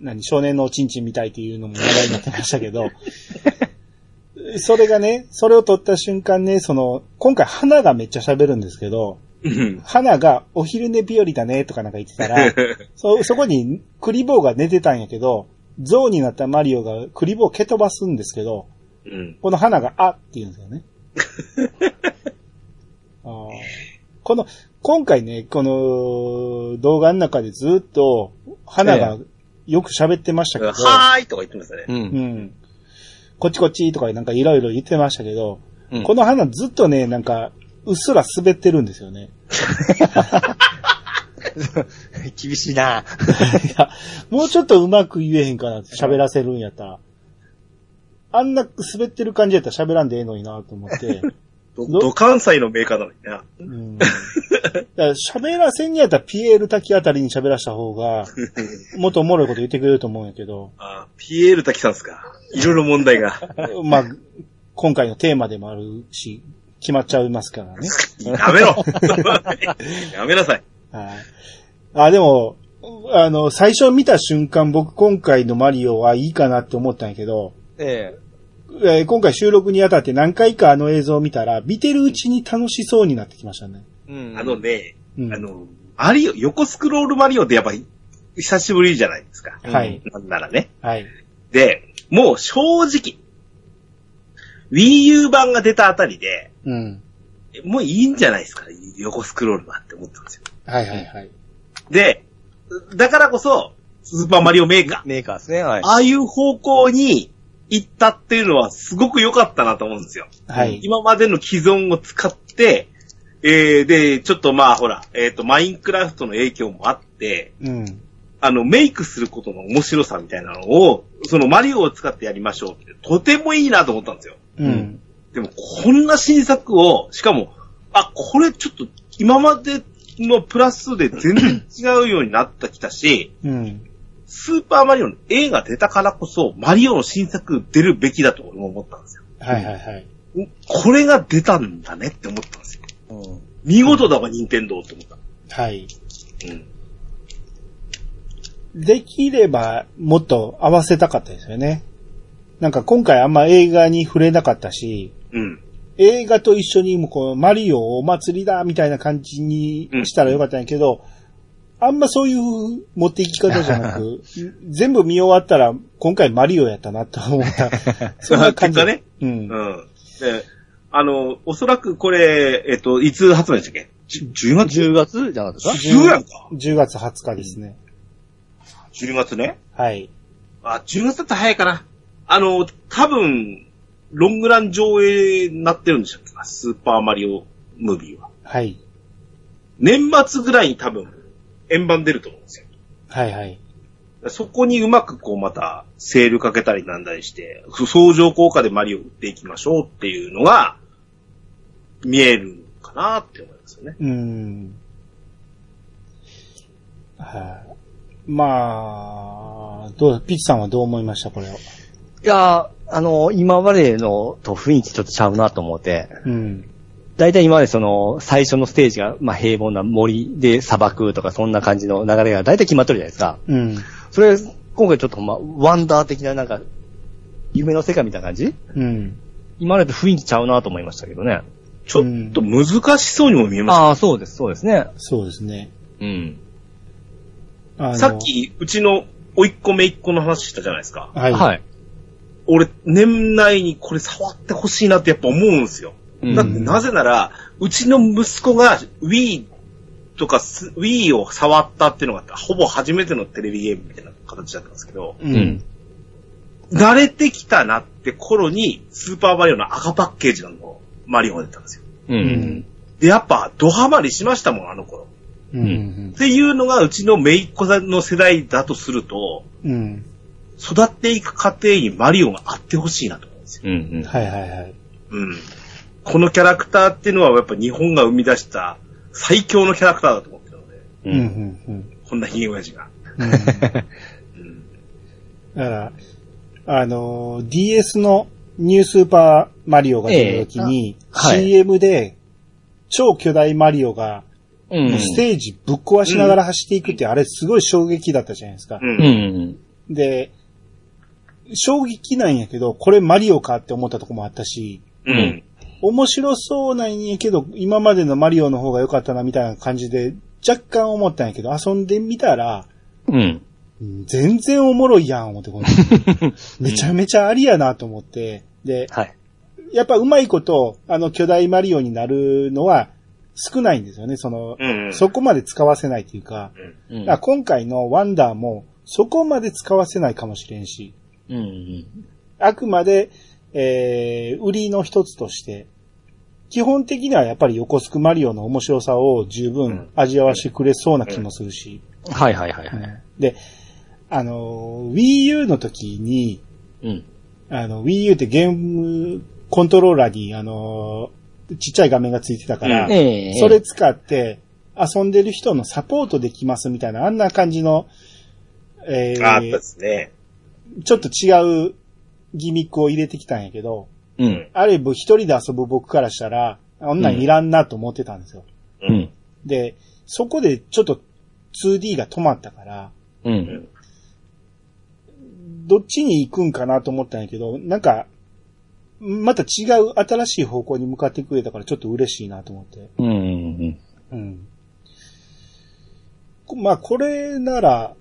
何、少年のおちんちんみたいっていうのも話題になってましたけど、それがね、それを撮った瞬間ね、その、今回花がめっちゃ喋るんですけど、
うん。
花がお昼寝日和だねとかなんか言ってたら、そ、そこにクリボーが寝てたんやけど、像になったマリオがクリボーを蹴飛ばすんですけど、
うん。
この花が、あって言うんで
[laughs]
すよね。あーこの、今回ね、この動画の中でずっと、花がよく喋ってましたけど、
はーいとか言ってますね
う。。
うんん。こっちこっちとかなんかいろいろ言ってましたけど、
うん
この花ずっとね、なんか、うっすら滑ってるんですよね。 [laughs]
厳しいな。
いや、もうちょっとうまく言えへんかなって喋らせるんやったら。あんな滑ってる感じやったら喋らんでええのになと思って。
ど、ど関西のメーカーなのにな。
うんだから喋らせんにやったらピエール滝あたりに喋らした方
[laughs]
が、もっとおもろいこと言ってくれると思うんやけど、
あーピエール滝さんですか。いろいろ問題が。
まあ、今回のテーマでもあるし、決まっちゃいますからね。
やめろ [laughs] やめなさい。
はい。あ、でも、あの、最初見た瞬間僕今回のマリオはいいかなって思ったんやけど、
[laughs] ええ。
えー今回収録にあたって何回かあの映像を見たら、見てるうちに楽しそうになってきましたね。
うん
あの、ね、
うん
あの、マリオ、横スクロールマリオってやっぱり久しぶりじゃないですか。
はい。
なんならね。
はい。
で、もう正直、Wii U 版が出たあたりで、
うん。
もういいんじゃないですか、横スクロール版って思ったんですよ。
はいはいはい。
で、だからこそ、スーパーマリオメーカー、
メーカーですね、はい。
ああいう方向に行ったっていうのはすごく良かったなと思うんですよ。
はい。
今までの既存を使って、えー、で、ちょっとまあほら、えっ、と、マインクラフトの影響もあって、
うん。
あの、メイクすることの面白さみたいなのを、そのマリオを使ってやりましょうって、とてもいいなと思ったんですよ。
うん。
でも、こんな新作を、しかも、あ、これちょっと、今までのプラスで全然違うようになってきたし、
うん。
スーパーマリオの映画出たからこそ、マリオの新作出るべきだと俺も思ったんですよ。
はいはいはい。
これが出たんだねって思ったんですよ。
うん。
見事だわ、任天堂って思った。
はい。
うん。
できれば、もっと合わせたかったですよね。なんか今回あんま映画に触れなかったし、
うん。
映画と一緒にもうこう、マリオお祭りだみたいな感じにしたらよかったんやけど、あんまそういう持っていき方じゃな
[laughs]
く、全部見終わったら、今回マリオやったなと思った。
[laughs]
そんな感じ。
結果ね。
うん。
うん。で、あの、おそらくこれ、えっと、いつ発売でしたっけじゅ ?10 月
10月じゃなかったですか
?10 やんか。
10月20日ですね。
10月ね。
はい。
あ、10月だったら早いかな。あの、多分、ロングラン上映になってるんでしょうかスーパーマリオムービーは。
はい。
年末ぐらいに多分、円盤出ると思うんですよ。
はいはい。
そこにうまくこうまたセールかけたりなんだりして、相乗効果でマリオ売っていきましょうっていうのが、見えるかなって思いますよね。
うーん。はい。まあ、どう、ピッチさんはどう思いました、これを。
いやー、あのー、今までのと雰囲気ちょっとちゃうなと思って、
うん。
だいたい今までその、最初のステージが、まあ、平凡な森で砂漠とかそんな感じの流れがだいたい決まってるじゃないですか。
うん。
それ、今回ちょっとほんま、ワンダー的ななんか、夢の世界みたいな感じ
うん。
今までと雰囲気ちゃうなと思いましたけどね。
ちょっと難しそうにも見えます。
ああ、そうです、そうですね。
そうですね。
うん。
あの
さっ。き、うちの、おいっ子めいっ子の話したじゃないですか。
はい。
はい。
俺、年内にこれ触ってほしいなってやっぱ思うんですよ。
うん
だってなぜなら、うちの息子が Wii とかす Wii を触ったっていうのがあったほぼ初めてのテレビゲームみたいな形だったんですけど、
う
うんん。。
慣れてきたなって頃に、スーパーマリオの赤パッケージのマリオが出たんですよ。
うんん。
で、やっぱ、ドハマりしましたもん、あの頃。
うん。うん
っていうのが、うちのめいっ子さんの世代だとすると、
うん。
育っていく過程にマリオがあってほしいなと思うんですよ。
うん。うん。
はいはいはい。
うん。このキャラクターっていうのは、やっぱ日本が生み出した最強のキャラクターだと思ってるので、
う
う。
ん
うん
ん。
うん。
こんなひげ親父が。
うん。
うん。
だから、あの、DS のニュースーパーマリオが出た時に、
えはい
CM で、超巨大マリオが、
うん。
ステージぶっ壊しながら走っていくって、あれすごい衝撃だったじゃないですか
う。ん。
うん。
で、衝撃なんやけど、これマリオかって思ったとこもあったし、
うん。
面白そうなんやけど、今までのマリオの方が良かったなみたいな感じで、若干思ったんやけど、遊んでみたら、
うん。
うん全然おもろいやん、思ってこの
[laughs]
めちゃめちゃありやなと思って、で、
はい。
やっぱうまいこと、あの巨大マリオになるのは少ないんですよね、その、
うん。
そこまで使わせないっていうか、
うん
だから今回のワンダーもそこまで使わせないかもしれんし、
うん。
あくまで、えー、売りの一つとして、基本的にはやっぱり横スクマリオの面白さを十分味わわしてくれそうな気もするし、
はいはいはいはい。
で、あのー、Wii U の時に、
うん。
あの、Wii U ってゲームコントローラーに、あのー、ちっちゃい画面がついてたから、
うん
ええ。
それ、使って遊んでる人のサポートできますみたいな、あんな感じの、えー
ああったですね。
ちょっと違うギミックを入れてきたんやけど、
うん。
ある一人で遊ぶ僕からしたら、あんなんいらんなと思ってたんですよ。
う。
うんん。
で、そこでちょっと 2D が止まったから、
うん。
どっちに行くんかなと思ったんやけど、なんか、また違う新しい方向に向かってくれたからちょっと嬉しいなと思って。
うん。
うん。こまあ、これなら、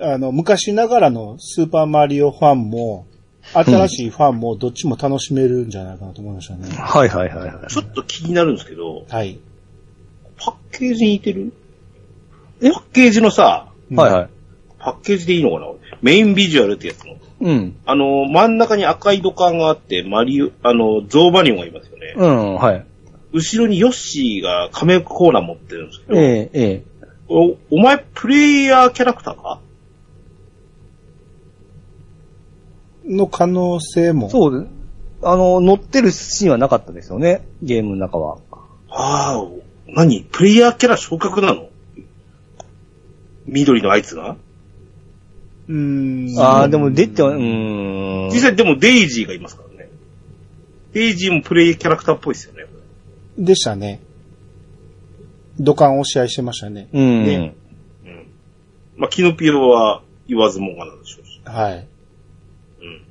あの、昔ながらのスーパーマリオファンも、新しいファンもどっちも楽しめるんじゃないかなと思いましたね。
はいはいはいはい。
ちょっと気になるんですけど、
はい。
パッケージに似てるパッケージのさ、
うん
はいはい。
パッケージでいいのかなメインビジュアルってやつの。
うん。
あの、真ん中に赤い土管があって、マリオ、あの、ゾウバニオンがいますよね。
うん、はい。
後ろにヨッシーがカメコーラ持ってるんですけど、
ええ、ええ。
おお前プレイヤーキャラクターか
の可能性も。う。
そう、あの、乗ってるシーンはなかったですよね。ゲームの中は。
ああ、何プレイヤーキャラ昇格なの緑のあいつが
うーん。
ああ、でも出ては、うーん。
実際でもデイジーがいますからね。デイジーもプレイキャラクターっぽいですよね。
でしたね。土管を試合してましたね。
うん。
ねうん。まあ、キノピオは言わずもがなでしょうし。
はい。
うん。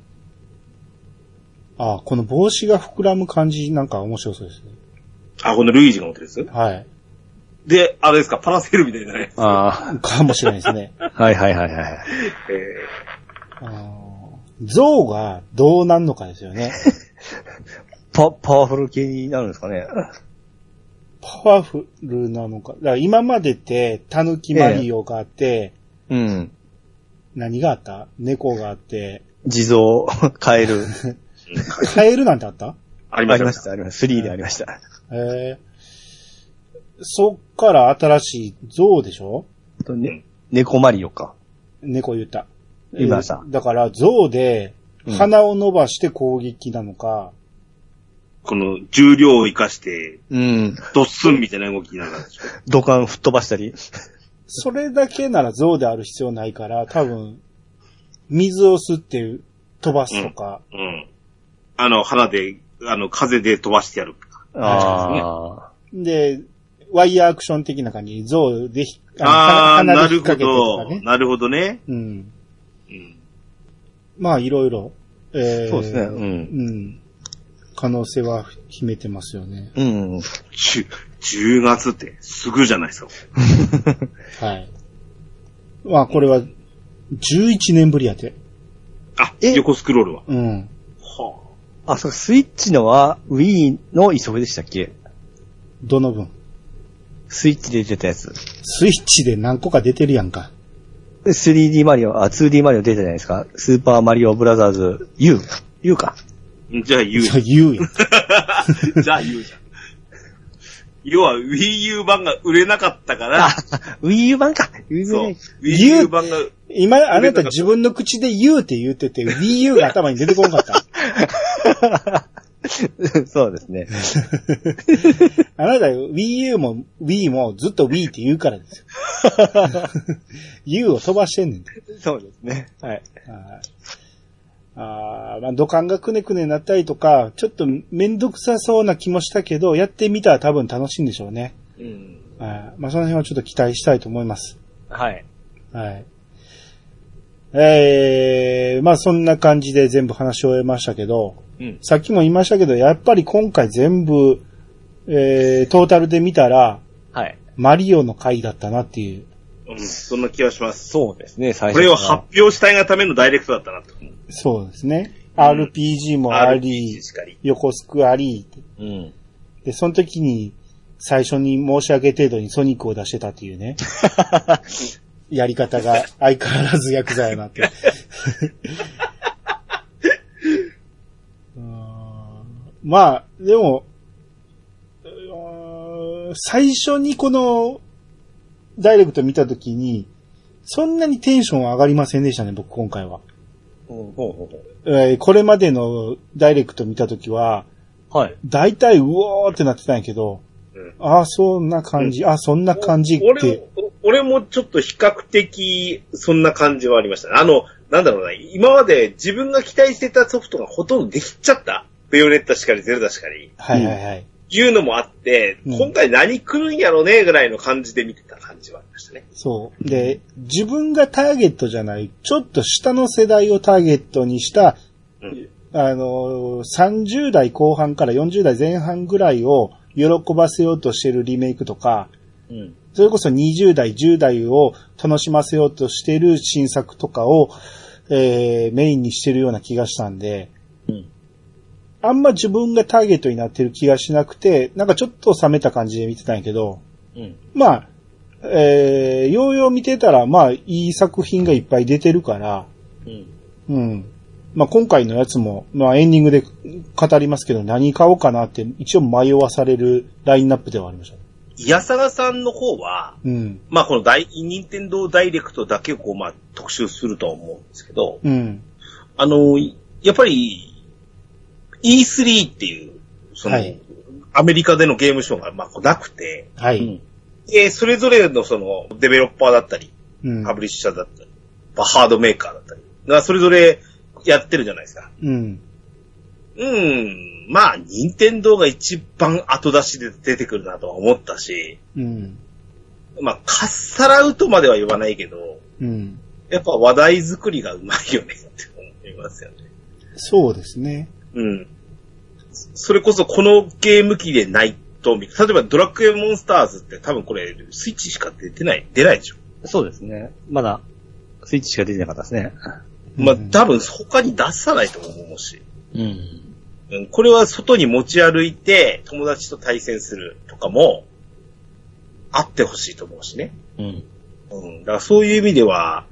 ああ、この帽子が膨らむ感じなんか面白そうですね。
あ、このルイージが持ってるやつ
はい。
で、あれですか、パラセールみたいなね。
あ
かもしれないですね。
あ、はいはいはいはい。
えー
あー象がどうなんのかですよね。
パ、パワフル系になるんですかね。
パワフルなのか。だから今までって、タヌキマリオがあって、
うん。
何があった猫があって、
地蔵、カエル。
カエルなんてあった
あり
あ
ま
りま
し。
したた、ありました。3でありました。
ええそっから新しい象でしょ
とね、猫マリオか。
猫言った。
言いました
えーだから象で
うん
鼻を伸ばして攻撃なのか、
この重量を生かして、
うん。
ドッスンみたいな動きになるんでしょう。
土管吹っ飛ばしたり。
それだけなら象である必要ないから、多分、水を吸って飛ばすとか、
うん。あの、花で、あの、風で飛ばしてやる。
ああ。
で、ワイヤーアクション的な感じに象でひ、
ああー、
の
な
鼻で
る
引っ
ほ
掛けてとか。
ど
ね。
なるほどね。
うん。
うん。
まあ、いろいろ。えー
そうですね。うん。
うん。可能性は秘めてますよね。
うん。
10、10月って、すぐじゃないですか。
はい。まあ、これは、11年ぶりやて。
あ、
え
横スクロールは。
うん。
は
あ、そう、スイッチのは Wii の磯部でしたっけ
どの分。
スイッチで出たやつ。
スイッチで何個か出てるやんか。
3D マリオ、あ、2D マリオ出たじゃないですか。スーパーマリオブラザーズ U。U か。
あ。じゃあ言
い
う
や、言
[laughs]
うやん。
じゃあ言うじゃん。要は Wii U 版が売れなかったから、
Wii U 版か。Wii U [laughs]
そう。
版
Wii U 版が、
今、あなた自分の口で言うって言ってて、Wii U が頭に出てこなかった。
そうですね。
あなた Wii U も Wii もずっと Wii って言うからですよ。U を飛ばしてんねんて。
そうですね。はい。
はいあーまあ、土管がくねくねなったりとか、ちょっとめんどくさそうな気もしたけど、やってみたら多分楽しいんでしょうね。
うん。
はいまあ、その辺はちょっと期待したいと思います。
はい。
はい。えー、まあそんな感じで全部話を終えましたけど、
うん
さっきも言いましたけど、やっぱり今回全部、えー、トータルで見たら、
はい。
マリオの回だったなっていう。
うん、そんな気がします。
そうですね、最
こ
初。
れを発表したいがためのダイレクトだったなと思う。
そうですね。
ん
RPG もあり
RPG、しかり。
横スクあり、
うん。
で、その時に最初に申し上げ程度にソニックを出してたっていうね。やり方が相変わらずヤクザやなって。うーんまあ、でも、うーん最初にこのダイレクト見た時に、そんなにテンションは上がりませんでしたね、僕今回は。
ほうほうほ
えーこれまでのダイレクト見た時は、
う。はい。
大体うおーってなってたんやけど、
うん
ああ、そんな感じ、ああ、そんな感じっ
俺
て。
も、俺もちょっと比較的、そんな感じはありましたね。あの、なんだろうな、今まで自分が期待してたソフトがほとんどできちゃった。ベヨネッタしかり、ゼルダしかり。
はいはいはい。
いうのもあって、
うん
今回何来るんやろね、ぐらいの感じで見てた感じはありましたね。
そう。で、自分がターゲットじゃない、ちょっと下の世代をターゲットにした、
うん
あのー、30代後半から40代前半ぐらいを喜ばせようとしてるリメイクとか、
うん。
それこそ20代、10代を楽しませようとしてる新作とかを、えー、メインにしてるような気がしたんで、
うん
あんま自分がターゲットになってる気がしなくて、なんかちょっと冷めた感じで見てたんやけど、
うん。
まあ、えー、ようよう見てたら、まあ、いい作品がいっぱい出てるから、
うん。
うん。まあ、今回のやつも、まあ、エンディングで語りますけど、何買おうかなって、一応迷わされるラインナップではありました。
イヤサガさんの方は、
うん。
まあこの大、任天堂ダイレクトだけをこう、まあ特集するとは思うんですけど、
うん。
あの、やっぱり、E3 っていう、その、
はい
アメリカでのゲームショーがまあなくて、
は
う
い。
ん。
で、それぞれのその、デベロッパーだったり、
うん。
パブリッシャーだったり、まあハードメーカーだったり、がそれぞれやってるじゃないですか。
うん。
うん、まあ、任天堂が一番後出しで出てくるなとは思ったし、
うん。
まあ、かっさらうとまでは言わないけど、
うん。
やっぱ話題作りがうまいよねって思いますよね。
そうですね。
うん。それこそこのゲーム機でないと、例えばドラクエモンスターズって多分これスイッチしか出てない、出ないでしょ。
そうですね。まだ、スイッチしか出てなかったですね。
まあ
うん
多分他に出さないと思うし。
うん。
うん、これは外に持ち歩いて友達と対戦するとかもあってほしいと思うしね。
うん。
うん。だからそういう意味では、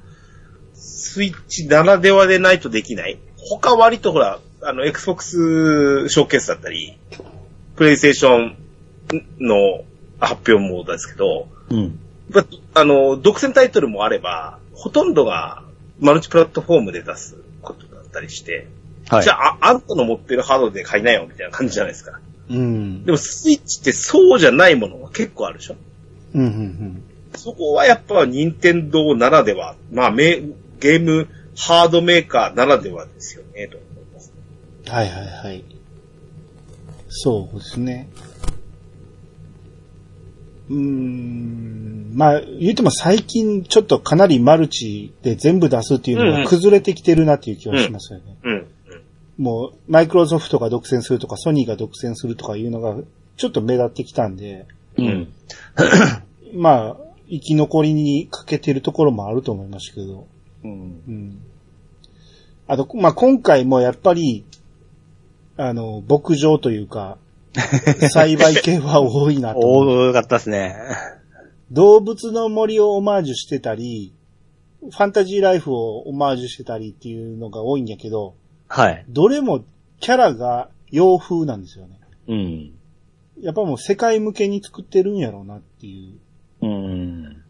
スイッチならではでないとできない。他割とほら、あの、Xbox ショーケースだったり、PlayStation の発表もですけど、
うん。
やっぱあの、独占タイトルもあれば、ほとんどがマルチプラットフォームで出すことだったりして、
はい。
じゃあ、ああんたの持ってるハードで買いなよ、みたいな感じじゃないですか。
うん。
でも、スイッチってそうじゃないものが結構あるでしょ
うん。うん。
そこはやっぱ任天堂ならでは、まあめゲームハードメーカーならではですよね、と思います。
うんはいはいはい。そうですね。うーん。まあ、言っても最近ちょっとかなりマルチで全部出すっていうの
うんう
が
ん
崩れてきてるなっていう気はしますよね。
うん。うん
もう、マイクロソフトが独占するとか、ソニーが独占するとかいうのが、ちょっと目立ってきたんで、
うん。
まあ、生き残りに欠けてるところもあると思いますけど、
うん。
うん。あと、まあ今回もやっぱり、あの、牧場とい
[laughs]
うか、栽培系は多いなと思う。
多かったですね。
動物の森をオマージュしてたり、ファンタジーライフをオマージュしてたりっていうのが多いんやけど、
はい。
どれもキャラが洋風なんですよね。
うん。
やっぱもう世界向けに作ってるんやろうなっていう。
うん。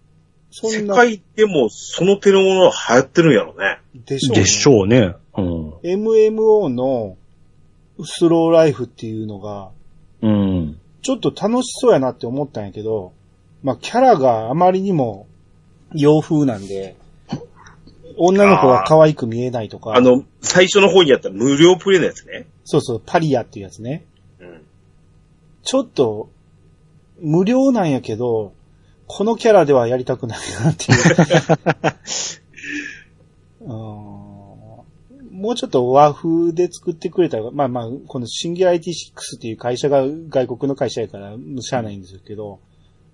そ
世
んな、
界でもその手のものは流行ってるんやろね。
でしょう、ね。
でしょうね。うん。
MMO のスローライフっていうのが、
うん。
ちょっと楽しそうやなって思ったんやけど、まあキャラがあまりにも洋風なんで、女の子が可愛く見えないとか、
あの、最初の方にやった無料プレイのやつね。
そうそう、パリアっていうやつね。
うん。
ちょっと、無料なんやけど、このキャラではやりたくないなって
[laughs]
いう。うーんもうちょっと和風で作ってくれたら、まあまあ、このシンギュラリティ6っていう会社が外国の会社やから、しゃあないんですけど、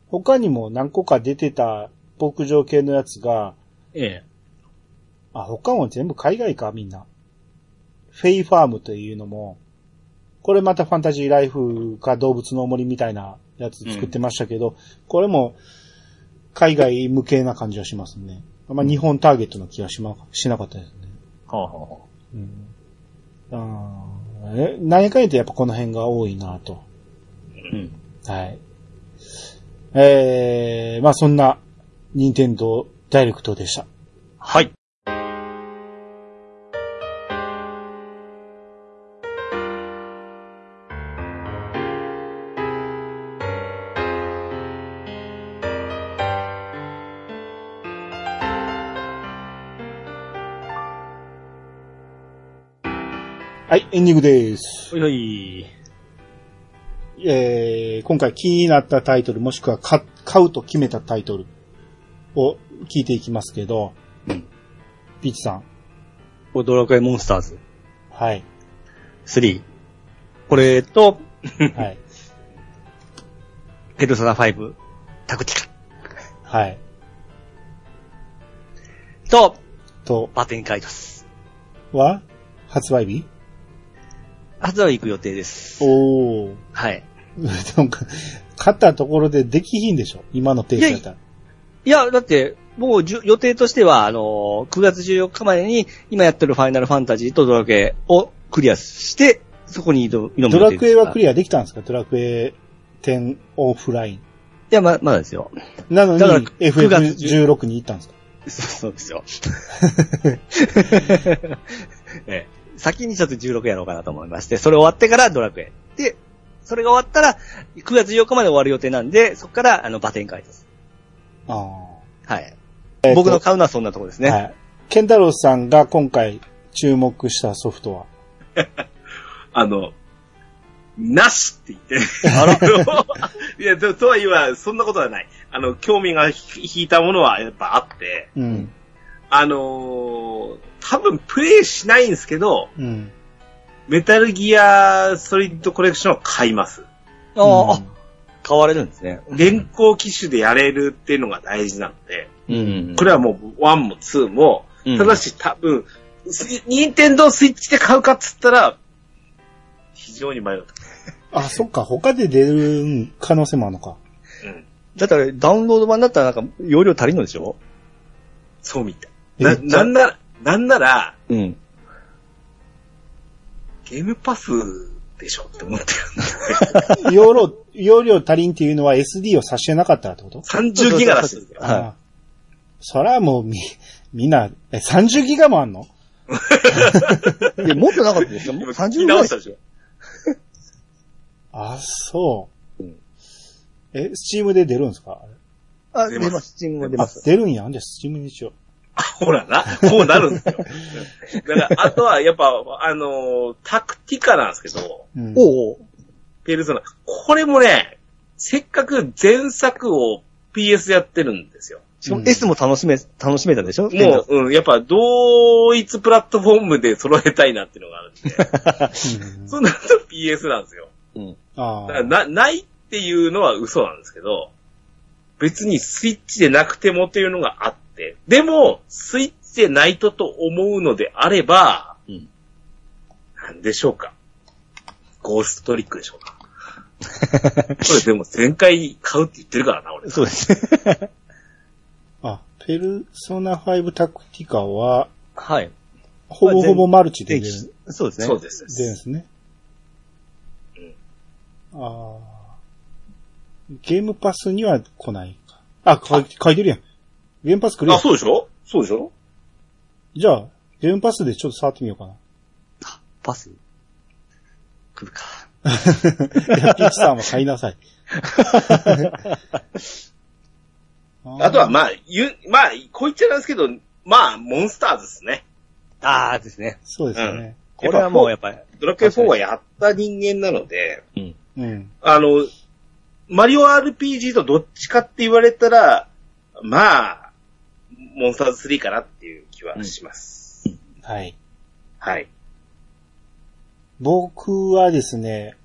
他にも何個か出てた牧場系のやつが、
ええ。
あ、他も全部海外か、みんな。フェイファームというのも、これまたファンタジーライフか動物の森みたいなやつ作ってましたけど、これも海外向けな感じがしますね。あんま日本ターゲットの気がしま、しなかったですね。
はあ、は
うん。あーえ何回とやっぱこの辺が多いなと。
あ、うん。
はい。えー、まあそんな、任天堂ダイレクトでした。
はい。
はい、エンディングです。
ほいほい。
えー今回気になったタイトル、もしくは買買うと決めたタイトルを聞いていきますけど、ピーチさん。
これドラクエモンスターズ
はい。
3。これと、
はい。
ペルソナ5、タクティカ
はい。
と、
と、
バテンカイトス。
は発売日
発売行く予定です。
おー。
はい。
[laughs] なんか、買ったところでできひんでしょ今のペースだったら。
いや、だって、もうじゅ予定としては、あのー9月14日までに、今やってるファイナルファンタジーとドラクエをクリアして、そこに挑む
ドラクエはク
リア
リアできたんですかドラクエ10オフライン。
いや、ま、まだですよ。 [laughs]
なのに
だから
FF16 に行ったんですか
そうそうですよ。ね、先にちょっと16やろうかなと思いまして、それ終わってからドラクエ。で、それが終わったら、9月8日まで終わる予定なんで、そこから、あの、バテン会です。
あ
はい。僕の買うのはそんなとこです
あ。
ね。
はい。ケンタロウさんが今回注目したソフトは
あの、なしって言って。
あら
[laughs] いや、ととは言わ、そんなことはない。あの、興味が引いたものはやっぱあって、
うん。
あのー多分プレイしないんですけど、
うん。
メタルギアソリッドコレクションを買います。
ああ、あ買われるんですね。
連行機種でやれるっていうのが大事なので、
うん
これはもう1も2も、
うん
ただし多分、スニンテンドースイッチで買うかっつったら、非常に迷うと。
あ、そっか、他で出る可能性もあるのか。
うん。
だってあれダウンロード版だったらなんか、容量足りんのでしょ
そうみたい。
え
な、
じゃあ
なんなら、なんなら、
うん。
ゲームパスでしょって思って
容量、容量足りんっていうのは SD を差してなかったらってこと
る。30ギガらしいですよ。
はい
ああそらもうみ、みんな、え、30ギガもあんの
いや、もっとなかったですよ。もう
今
30
聞き
ぐら
直
い
し。たでしょ。
あ、そう
うん。
え、スチームで出るんですか
あ、
出
出
ます
ます。スチームが出
あ
ます。
出るんやんじゃあスチームにしよ
あ、ほらな。こうなるん
[laughs]
ですよ。だから、あとはやっぱ、あのータクティカなんですけど、
う。うん。
おうおう
ペルソナ。これもね、せっかく前作を PS やってるんですよ。
しかも S も楽しめ、楽しめたでしょ
もう、うん、やっぱ同一プラットフォームで揃えたいなっていうのがあ [laughs] るんで、
うん
そうなると PS なんですよ。
うん。
あ
だから
あ。
な、ないっていうのは嘘なんですけど、別にスイッチでなくてもというのがあって、でも、スイッチでないとと思うのであれば、
うん
なんでしょうか。ゴーストトリックでしょ
[laughs]
うか。これでも前回買うって言ってるからな、俺。
そうです。
あ、ペルソナ5タクティカは、
はい。
ほぼほぼマルチで
で
出
き
る、
そうですね。
そうです。
出るんですね。ああ。ゲームパスには来ないか。あ、かい書いてるやん。ゲームパス来るや
あ、
ん。
そうでしょそうでしょ
じゃあ、ゲームパスでちょっと触ってみよう
[laughs]
かな。
パス来るか。
いやピクサーも買いなさい。
[laughs] あとは、
ー、
まあ、言う、まあ、こう言っちゃなんですけど、まあ、モンスターズですね。
ああですね。
そうですよね。
これはもうやっぱり。
ドラクエ4はやった人間なので、
うん。
うん。
あの、マリオ RPG とどっちかって言われたら、まあ、モンスターズ3かなっていう気はします。
はい。
はい。
僕はですね、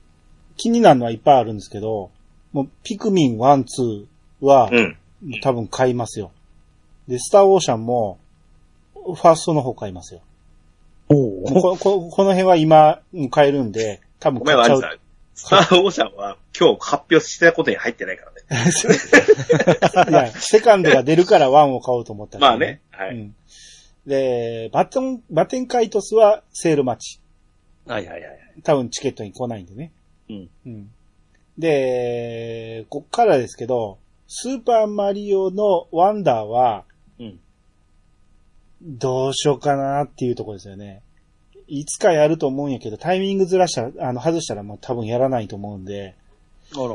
気になるのはいっぱいあるんですけど、もう、ピクミン1、2は、
うん。
もう多分買いますよ。で、スターオーシャンも、ファーストの方買いますよ。
お
もうこここの辺は今、うん買えるんで、多分
ごめ
買
ん、
っ
ア
ちゃ
リ
う
さ。ん。スター・オーシャンは今日発表したことに入ってないから
[laughs]
ね。
いや、セカンドが出るから1を買おうと思った
ま
ら
あね。は
う
い。
ん。で、バトン、バテンカイトスはセール待ち。
はいはいはい。
多分チケットに来ないんでね。
うん。
うん。で、こっからですけど、スーパーマリオのワンダーは、
うん。
どうしようかなっていうところですよね。いつかやると思うんやけど、タイミングずらしたら、あの、外したらもう多分やらないと思うんで、
あらら。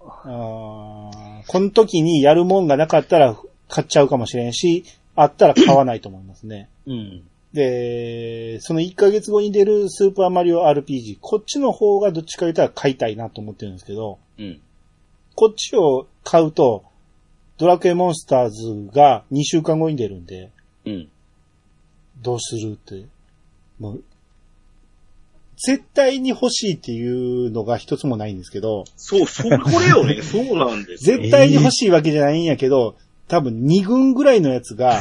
うーんこの時にやるもんがなかったら買っちゃうかもしれんし、あったら買わないと思いますね。
うん。
で、その1ヶ月後に出るスーパーマリオ RPG、こっちの方がどっちか言ったら買いたいなと思ってるんですけど、
うん。
こっちを買うと、ドラクエモンスターズが2週間後に出るんで、
うん。
どうするって。もう、絶対に欲しいっていうのが一つもないんですけど、
そう、そ、これ
[laughs]
よね。そうなんですよ。
絶対に欲しいわけじゃないんやけど、多分2軍ぐらいのやつが、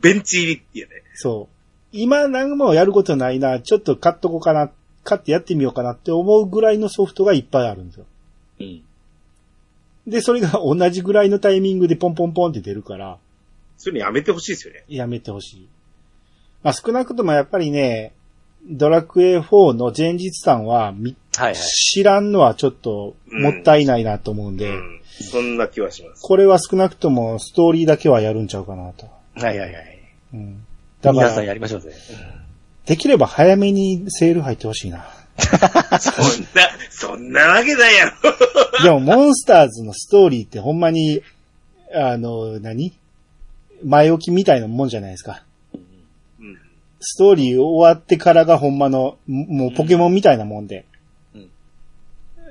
ベンチ入りっていうね。
そう。今何もやることないな、ちょっと買っとこうかな、買ってやってみようかなって思うぐらいのソフトがいっぱいあるんですよ。
うん。
で、それが同じぐらいのタイミングでポンポンポンって出るから、
そういうのやめてほしいですよね。
やめてほしい。まあ少なくともやっぱりね、ドラクエ4の前日さんはみ
はいはい。
知らんのはちょっともったいないなと思うん
う
で、
ん。そんな気はします。
これは少なくともストーリーだけはやるんちゃうかなと。
はいはいはい。
うん。だか
皆さん
ら、
やりましょうぜ。
できれば早めにセール入ってほしいな。
そんな、そんなわけな
[laughs]
いやろ。
[laughs] でも、モンスターズのストーリーってほんまに、あの、何前置きみたいなもんじゃないですか。
うん
ストーリー終わってからがほんまの、もうポケモンみたいなもんで。
うん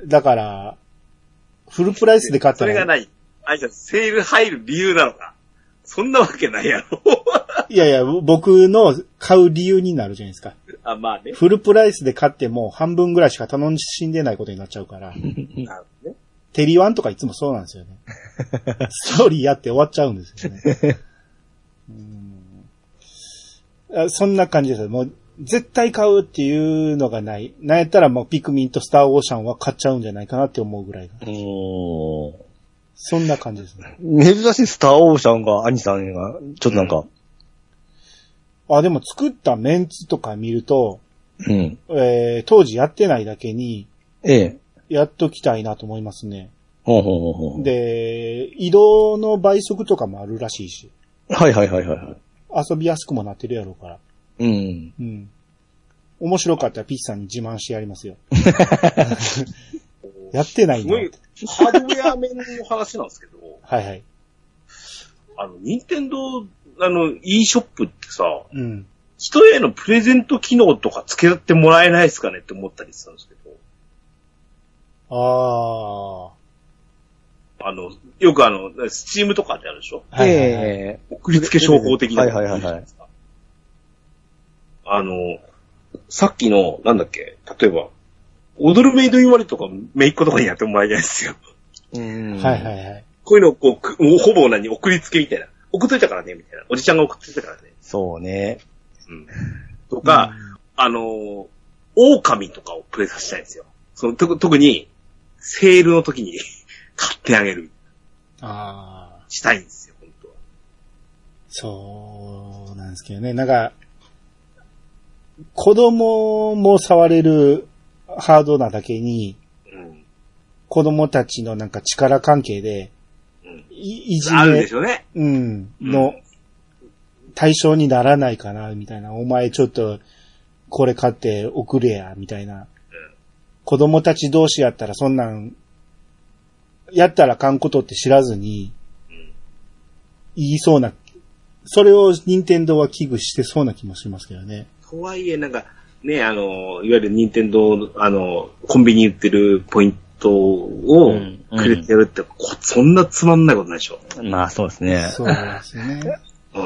だから、フルプライスで買った
それが
ら、
ない。あいつはセール入る理由なのか。そんなわけないやろ。
いやいや、僕の買う理由になるじゃないですか。
[laughs] あ、まあね。
フルプライスで買っても半分ぐらいしか楽しんでないことになっちゃうから、
なるほどね。
テリワンとかいつもそうなんですよね。ストーリーやって終わっちゃうんですよね。うんあそんな感じです。もう、絶対買うっていうのがない。なんやったらもうピクミンとスターオーシャンは買っちゃうんじゃないかなって思うぐらいの。
うん。
そんな感じですね。
珍しいスターオーシャンが、兄さんが、ちょっとなんか、
あ、でも作ったメンツとか見ると、
うん。
えー、当時やってないだけに、
ええ。
やっときたいなと思いますね。
ほうほうほうほう。
で、移動の倍速とかもあるらしいし、
はいはいはいはいは
遊びやすくもなってるやろうから。
い。うん。
うん。面白かったらピッチさんに自慢してやり
[laughs]
ますよ。やってない
す
な
ごい、ハードウェア面の話なんで
[laughs]
すけど、
はいはい。
あの、任天堂、あの、e ショップってさ、
うん。
人へのプレゼント機能とか付け合ってもらえないですかねって思ったりしたんですけど、
ああ。は
あの、よくあの、スチームとかであるでしょ
いはいはい、
え
送り付け商法的な。
はいはいはいはい。
あの、さっきの、なんだっけ、例えば、踊るメイド言われとか、メイっ子とかにやってもらえないですよ。
え。うん
はいはいはい。
こういうのをこうく、もうほぼ何、送り付けみたいな。送っといたからね、みたいな。おじちゃんが送っといたからね。
そうね。
うん。とか、あのー、狼とかをプレイさせたいんですよ。その、と特に、セールの時に買ってあげる、
ああ。
したいんですよ、本当は。
そうなんですけどね。なんか、子供も触れるハードなだけに、
うん。
子供たちのなんか力関係で、
うん
いいじ
あるで
め
しょうね。
うん、
うん
の対象にならないかな、みたいな。お前ちょっと、これ買って送れや、みたいな。子供たち同士やったらそんなん、やったらかんことって知らずに、言いそうな、それを任天堂は危惧してそうな気もしますけどね。
とはいえ、なんか、ね、あの、いわゆる任天堂の、あの、コンビニ売ってるポイントを
うん
くれてやるって、こそんなつまんないことないでしょ。
まあそうですね。
そうですね。
うん。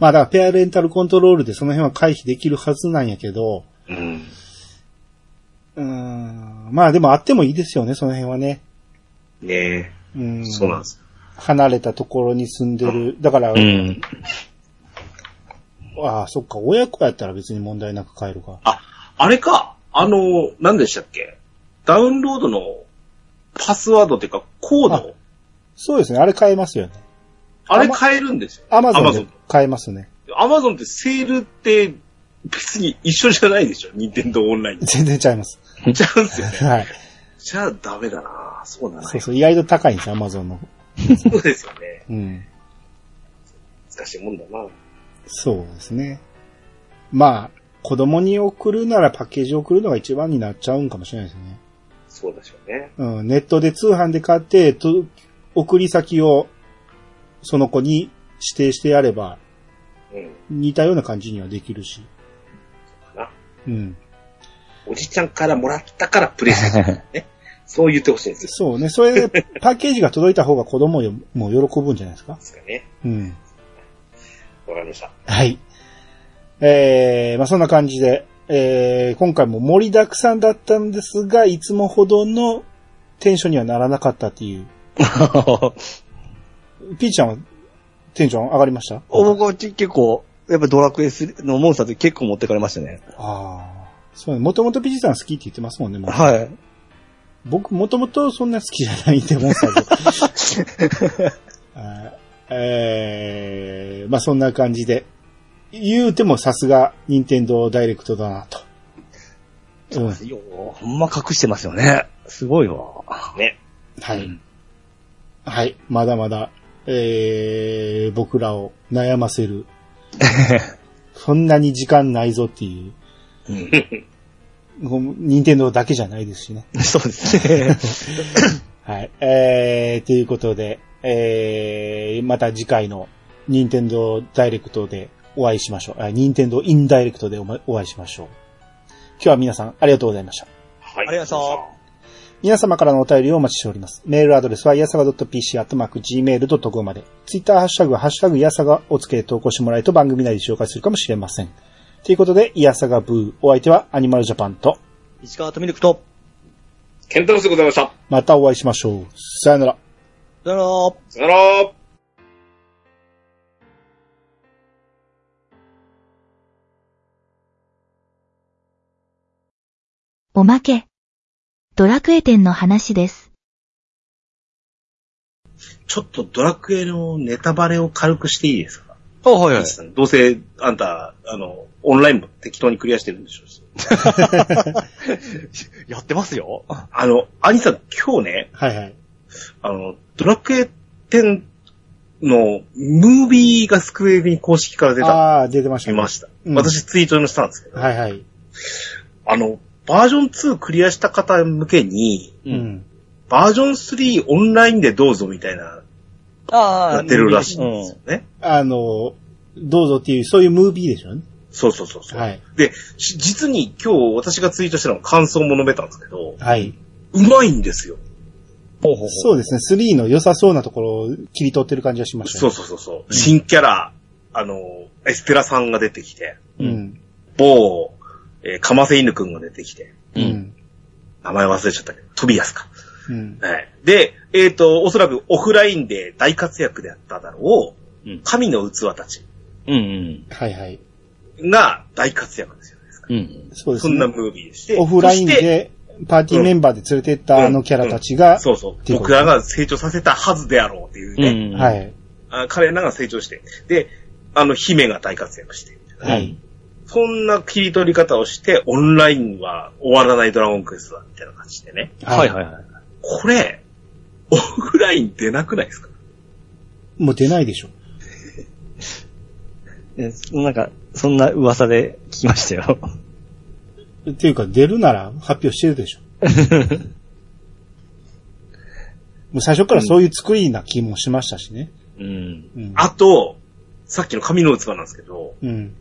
まあだからペアレンタルコントロールでその辺は回避できるはずなんやけど、
うん。
うーん、まあでもあってもいいですよね、その辺はね。
ね
うん。
え、そうなんです。
離れたところに住んでる。だから、
うん。 [laughs]
ああ、そっか、親子やったら別に問題なく帰るか。
あ、あれか、あの、何でしたっけダウンロードのパスワードっていうか、コード
そうですね、あれ買えますよね。
あれ変えるんですよ。
アマゾン
Amazon
で買えますね。 [laughs]
アマゾンってセールって別に一緒じゃないでしょ任天堂オンラインに。
全然ちゃいます。 [laughs]
ちゃうんすよね。
はい。
じゃあダメだなそうなの
そうそう、意外と高いんですよ、アマゾンの。
そうですよね。
うん。
難しいもんだな
そうですね。まあ、子供に送るならパッケージ送るのが一番になっちゃうんかもしれないですね。
そうでしょうね。
うん、ネットで通販で買って、と送り先をその子に指定してやれば、
うん。
似たような感じにはできるし。
な
うん。
おじちゃんからもらったからプレイした。
[laughs]
そう言ってほしいんですよ。
そうね。それで、パッケージが届いた方が子供よもう喜ぶんじゃないですか。
ですかね。
うん。
わかりました。
はい。えー、まあそんな感じで、えー、今回も盛りだくさんだったんですが、いつもほどのテンションにはならなかったっていう。ピーちゃんはテンション上がりましたあ
僕はち結構、やっぱドラクエ3のモンスターって結構持ってかれましたね。
あー。そうね。もともとピーチさん好きって言ってますもんね。もう
はい。
僕、もともとそんな好きじゃないんで、モンスターズあーえー、まあそんな感じで。言うてもさすが、任天堂ダイレクトだなと。うん。
ようほんま隠してますよね。すごいわ。 [laughs]
ね。
はい。はい。まだまだ、えー、僕らを悩ませる。そんなに時間ないぞっていう。
うん
こう任天堂だけじゃないですしね。
そうです [laughs] ね。
はい。えー、ということで、えー、また次回の任天堂ダイレクトでお会いしましょう。あ、任天堂インダイレクトでおまお会いしましょう。今日は皆さんありがとうございました。
はい。
ありがとう
皆様からのお便りをお待ちしております。メールアドレスは、やさが .pc、アットマーク、gmail.com まで。ツイッターハッシュタグ、ハッシュタグ、やさがをつけて投稿してもらえると番組内で紹介するかもしれません。ということで、いやさがブー。お相手は、アニマルジャパンと、
石川とミルクと、
ケンタロスでございました。
またお会いしましょう。さよなら。
さよなら。
さよなら。
おまけ。ドラクエ展の話です。
ちょっとドラクエのネタバレを軽くしていいですか、
あ、はい
イチさんどうせ、あんた、あの、オンラインも適当にクリアしてるんでしょうし。
やってますよ。
あの、アニさん、今日ね、
はいはい。
あの、ドラクエ10のムービーがスクエビに公式から出た、
あー、出てました
見
ね。
ました。
うん
私ツイートにしたんですけど、
はいはい。
あの、バージョン2クリアした方向けに、
う。
うん
バージョン3オンラインでどうぞみたいな、
ああ。
なってるらしいん
う
ですよ
ん
ね。
あの、どうぞっていう、そういうムービーでしょうね。
そうそうそうそう。
はい。
で、し実に今日私がツイートしたの感想も述べたんですけど、
はい。
うまいんですよ。
ほうほうほう
そうですね。3の良さそうなところを切り取ってる感じがしました
そう
ね。
そうそうそう、新キャラ、あの、エスペラさんが出てきて、
ううん。
某、えー、かませ犬くんが出てきて、
う
うん
ん。
名前忘れちゃったけど、トビアスか。
うん。
はい。で、えっ、と、おそらくオフラインで大活躍であっただろう、
うん
神の器たち
うんうん。
はいはい。
が大活躍ですよね。
うん。
そうです
そ
ね。
んなムービーでして。
オフライン
そして、
で、パーティーメンバーで連れてったあのキャラたちが、
そうそう
ていうこ
僕
と
らが成長させたはずであろうっていうね。
うん。。
はいい。
あ彼らが成長して、で、あの、姫が大活躍して、
はい。
そんな切り取り方をして、オンラインは終わらないドラゴンクエストだ、みたいな感じでね。
はいはいはい。
これ、オフライン出なくないですか
い。もう出ないでしょ。
えなんか、そんな噂で聞きましたよ。
っていうか、出るなら発表してるでしょ。もう最初からそういう作りな気もしましたしね。
うん。
うん。
あと、さっきの紙の器なんですけど、
うん。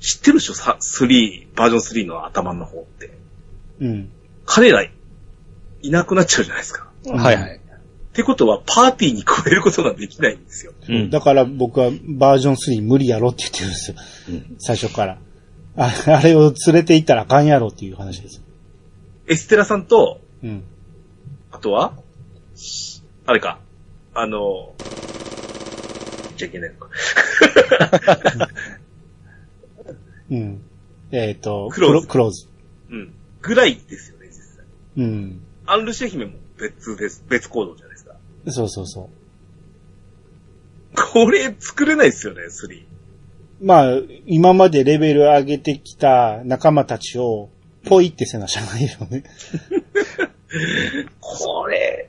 知ってるでしょさ ?3、バージョン3の頭の方って。
うん。
彼ら、いなくなっちゃうじゃないですか。
はいはい。
ってことは、パーティーに加えることができないんですよ。
うん
だから僕はバージョン3無理やろって言ってるんですよ。
うん
最初から。ああれを連れて行ったらあかんやろっていう話です。
エステラさんと、
うん。
あとは、あれか、あの、言っちゃいけないのか。
うん。えっ、と、
クローズ
クローズ。
うん。ぐらいですよね、実際。
うん。
アンルシェ姫も別です、別行動じゃないですか。
そうそうそ
これ作れないですよね、3。
う。まあ、今までレベル上げてきた仲間たちを、ポイってせなしゃないよね。
これ、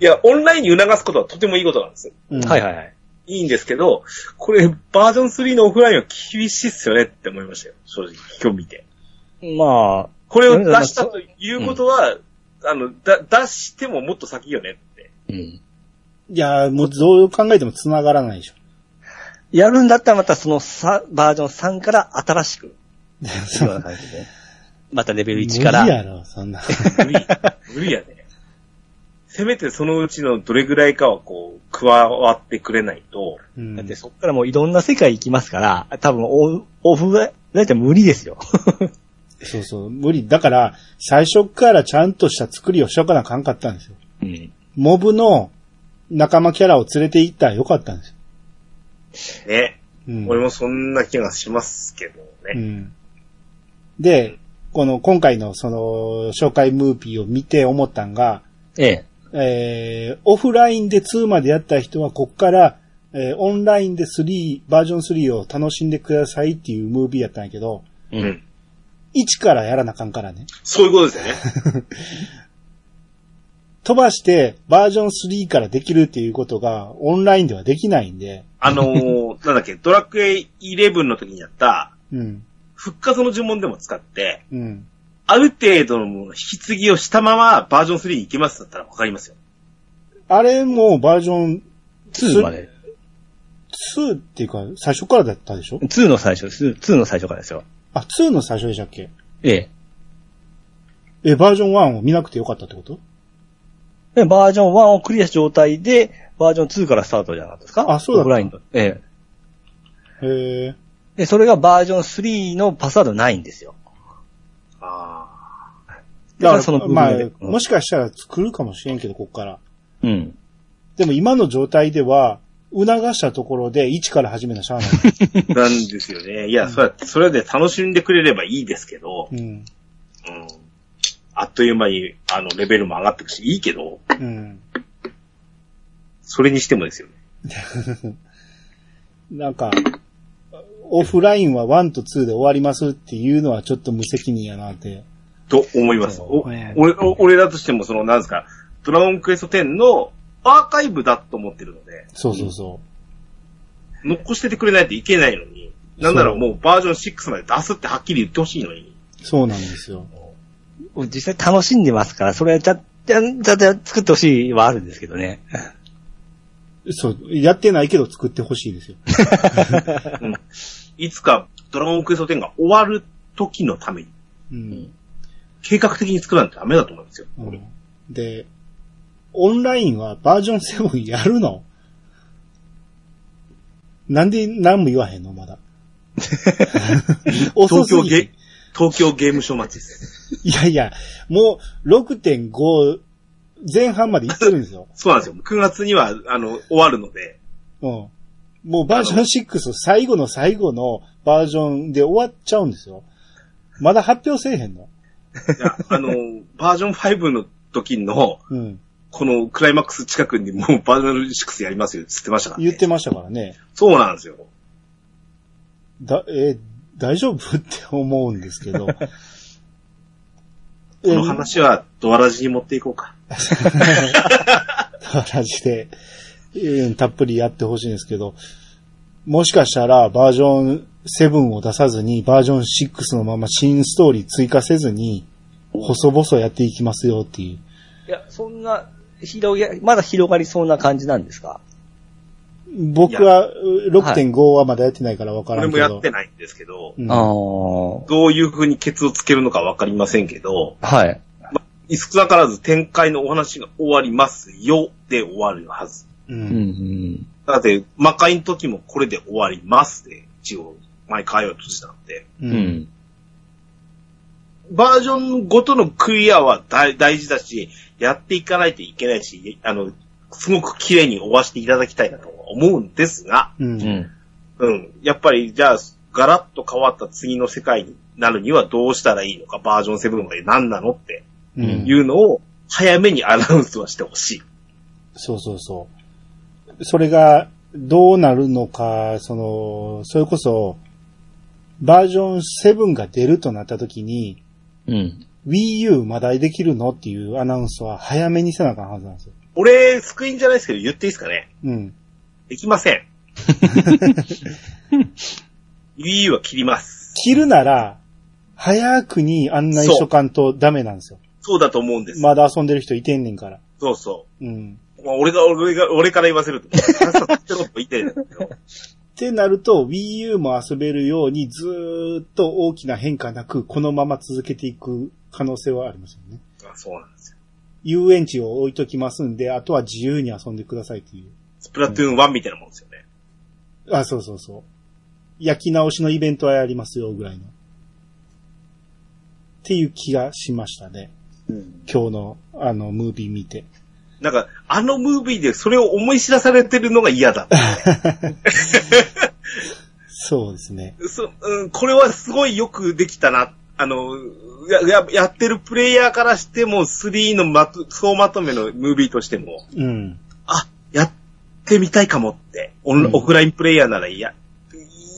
いや、オンラインに促すことはとてもいいことなんです。
うん、
はいはいはい。
いいんですけど、これ、バージョン3のオフラインは厳しいっすよねって思いましたよ。正直、今日見て。
まあ、
これを出したということは、あの、だ、出してももっと先よねって。
うん。
いやー、もうどう考えても繋がらないでしょ。
やるんだったらまたそのさバージョン3から新し [laughs] く、ような感じで。またレベル1か
無理
ら。
やろ、
[laughs]
そんな。
無 [laughs] 理、無理やね。せめてそのうちのどれぐらいかはこう、加わってくれないと、
うん
だってそっからもういろんな世界行きますから、多分オオフが、だいたい無理ですよ。
そうそう、無理。だから、最初からちゃんとした作りをしとかなあかんかったんですよ。
うん。
モブの仲間キャラを連れて行ったらよかったんですよ。
ね。
うん。
俺もそんな気がしますけど
う
ね。
ん。で、この、今回のその、紹介ムービーを見て思ったんが、
[laughs] ええ。
えー、オフラインで2までやった人は、こっから、えー、オンラインで3、バージョン3を楽しんでくださいっていうムービーやったんやけど、
う。
うんん。
1からやらなあかんからね。
そういうこと [laughs] ですよね。
飛ばして、バージョン3からできるっていうことが、オンラインではできないんで、
あのー、なんだっけ、ドラクエ11の時にやった、
うん、
復活の呪文でも使って、
うん、
ある程度の引き継ぎをしたままバージョン3に行けますだったらわかりますよ。
あれもバージョン
2まで。
2っていうか、最初からだったでしょ
2の最初です。2の最初からですよ。
あ、2の最初でしたっけ
ええ。
え、バージョン1を見なくてよかったってこと
でバージョン1をクリアした状態で、バージョン2からスタートじゃなかったですか
あそうだった
オフラインの。ええ。
へえ。
で、それがバージョン3のパスワードないんですよ。
あ
だからその部
まあ
分で、うん
もしかしたら作るかもしれんけど、こっから。
うん。
でも今の状態では、促したところで1から始めなし
[laughs]
ゃあない。
あ、なんですよね。いや、それは、それで楽しんでくれればいいですけど、
うん。
うん。あっという間に、あの、レベルも上がってくし、いいけど、
うん。
それにしてもですよね。
なんか、オフラインは1と2で終わりますっていうのはちょっと無責任やなって。
と思います。お
そうね
俺お俺らとしても、その、なんですか、ドラゴンクエスト10のアーカイブだと思ってるので、
そうそうそ
残しててくれないといけないのに、なんならもうバージョン6まで出すってはっきり言ってほしいのに。
う。そうなんですよ。
実際楽しんでますから、それはちゃ、ちゃ、ちゃ、ちゃ作ってほしいはあるんですけどね。
そう、やってないけど作ってほしいですよ。
うんいつかドラゴンクエスト10が終わる時のために、
うん。
計画的に作らないとダメだと思うんですよ。
うんで、オンラインはバージョン7やるのなんで何も言わへんの
[laughs]
まだ。遅
東
す
京
ぎ
ゲ
て。、
東京ゲームショー待ちです。
いやいや、もう6.5前半まで行ってるんです
[laughs]
よ。
そうなんですよ。9月には、あの、終わるので、
うん。もうバージョン6最後の最後のバージョンで終わっちゃうんですよ。まだ発表せえへんの。
い
[laughs]
やあの、バージョン5の時の、
うん。
このクライマックス近くにもうバージョン6やりますよって言ってましたから、ね。
言ってましたからね。
そうなんですよ。
だ、えー大丈夫って思うんですけど。こ
この話はドアラジに持っていこうか。
話で、うんたっぷりやってほしいんですけど、もしかしたらバージョン7を出さずに、バージョン6のまま新ストーリー追加せずに、細々やっていきますよっていう。
いや、そんな、広げ、まだ広がりそうな感じなんですか
僕はう6.5はまだやってないから分から
俺
ん
も
け
や
ど。
ってないんですけど、
うん
ああ。
どういう風にケツをつけるのかわかりませんけど、
はい。
少なからず展開のお話が終わりますよで終わるはず。
う
うんん。
だって、魔界の時もこれで終わりますで、一応、前変えようとしたんで。
う。
うんん。
バージョンごとのクリアは大大事だし、やっていかないといけないし、あの、すごく綺麗に終わしていただきたいなと思うんですが、
う。
うんん。
うん。やっぱり、じゃあ、ガラッと変わった次の世界になるにはどうしたらいいのか、バージョン7が何なのって
う
うん
ん
いうのを、早めにアナウンスはしてほしい。
そうそうそう。それがどうなるのか、その、それこそ、バージョン7が出るとなった時に、
うん。
Wii U まだできるのっていうアナウンスは早めにせなあかんはずなんですよ。
俺、救いんじゃないですけど、言っていいですかね
うん。
できません。Wii U は切ります。
切るなら、早くに案内しとかんとダメなんですよ。
そうだと思うんです。
まだ遊んでる人いてんねんから。
そうそ
うん。
う。まあ、俺が、俺が、俺から言わせると、観察ってこと言ってるんだけど、
ってなると、Wii U も遊べるようにずーっと大きな変化なく、このまま続けていく可能性はありますよね。
まあそうなんですよ。
遊園地を置いときますんで、あとは自由に遊んでくださいっていう。
スプラトゥーン1みたいなもんですよね。
あ、そうそうそう。焼き直しのイベントはやりますよ、ぐらいの。っていう気がしましたね。今日の、あの、ムービー見て。
なんか、あのムービーでそれを思い知らされてるのが嫌だ。
そうですね。
そうん、これはすごいよくできたな。あの、や、ややってるプレイヤーからしても、3のまと、総まとめのムービーとしても、
うん。
あ、やってみたいかもって、オン
うん
オフラインプレイヤーならいや、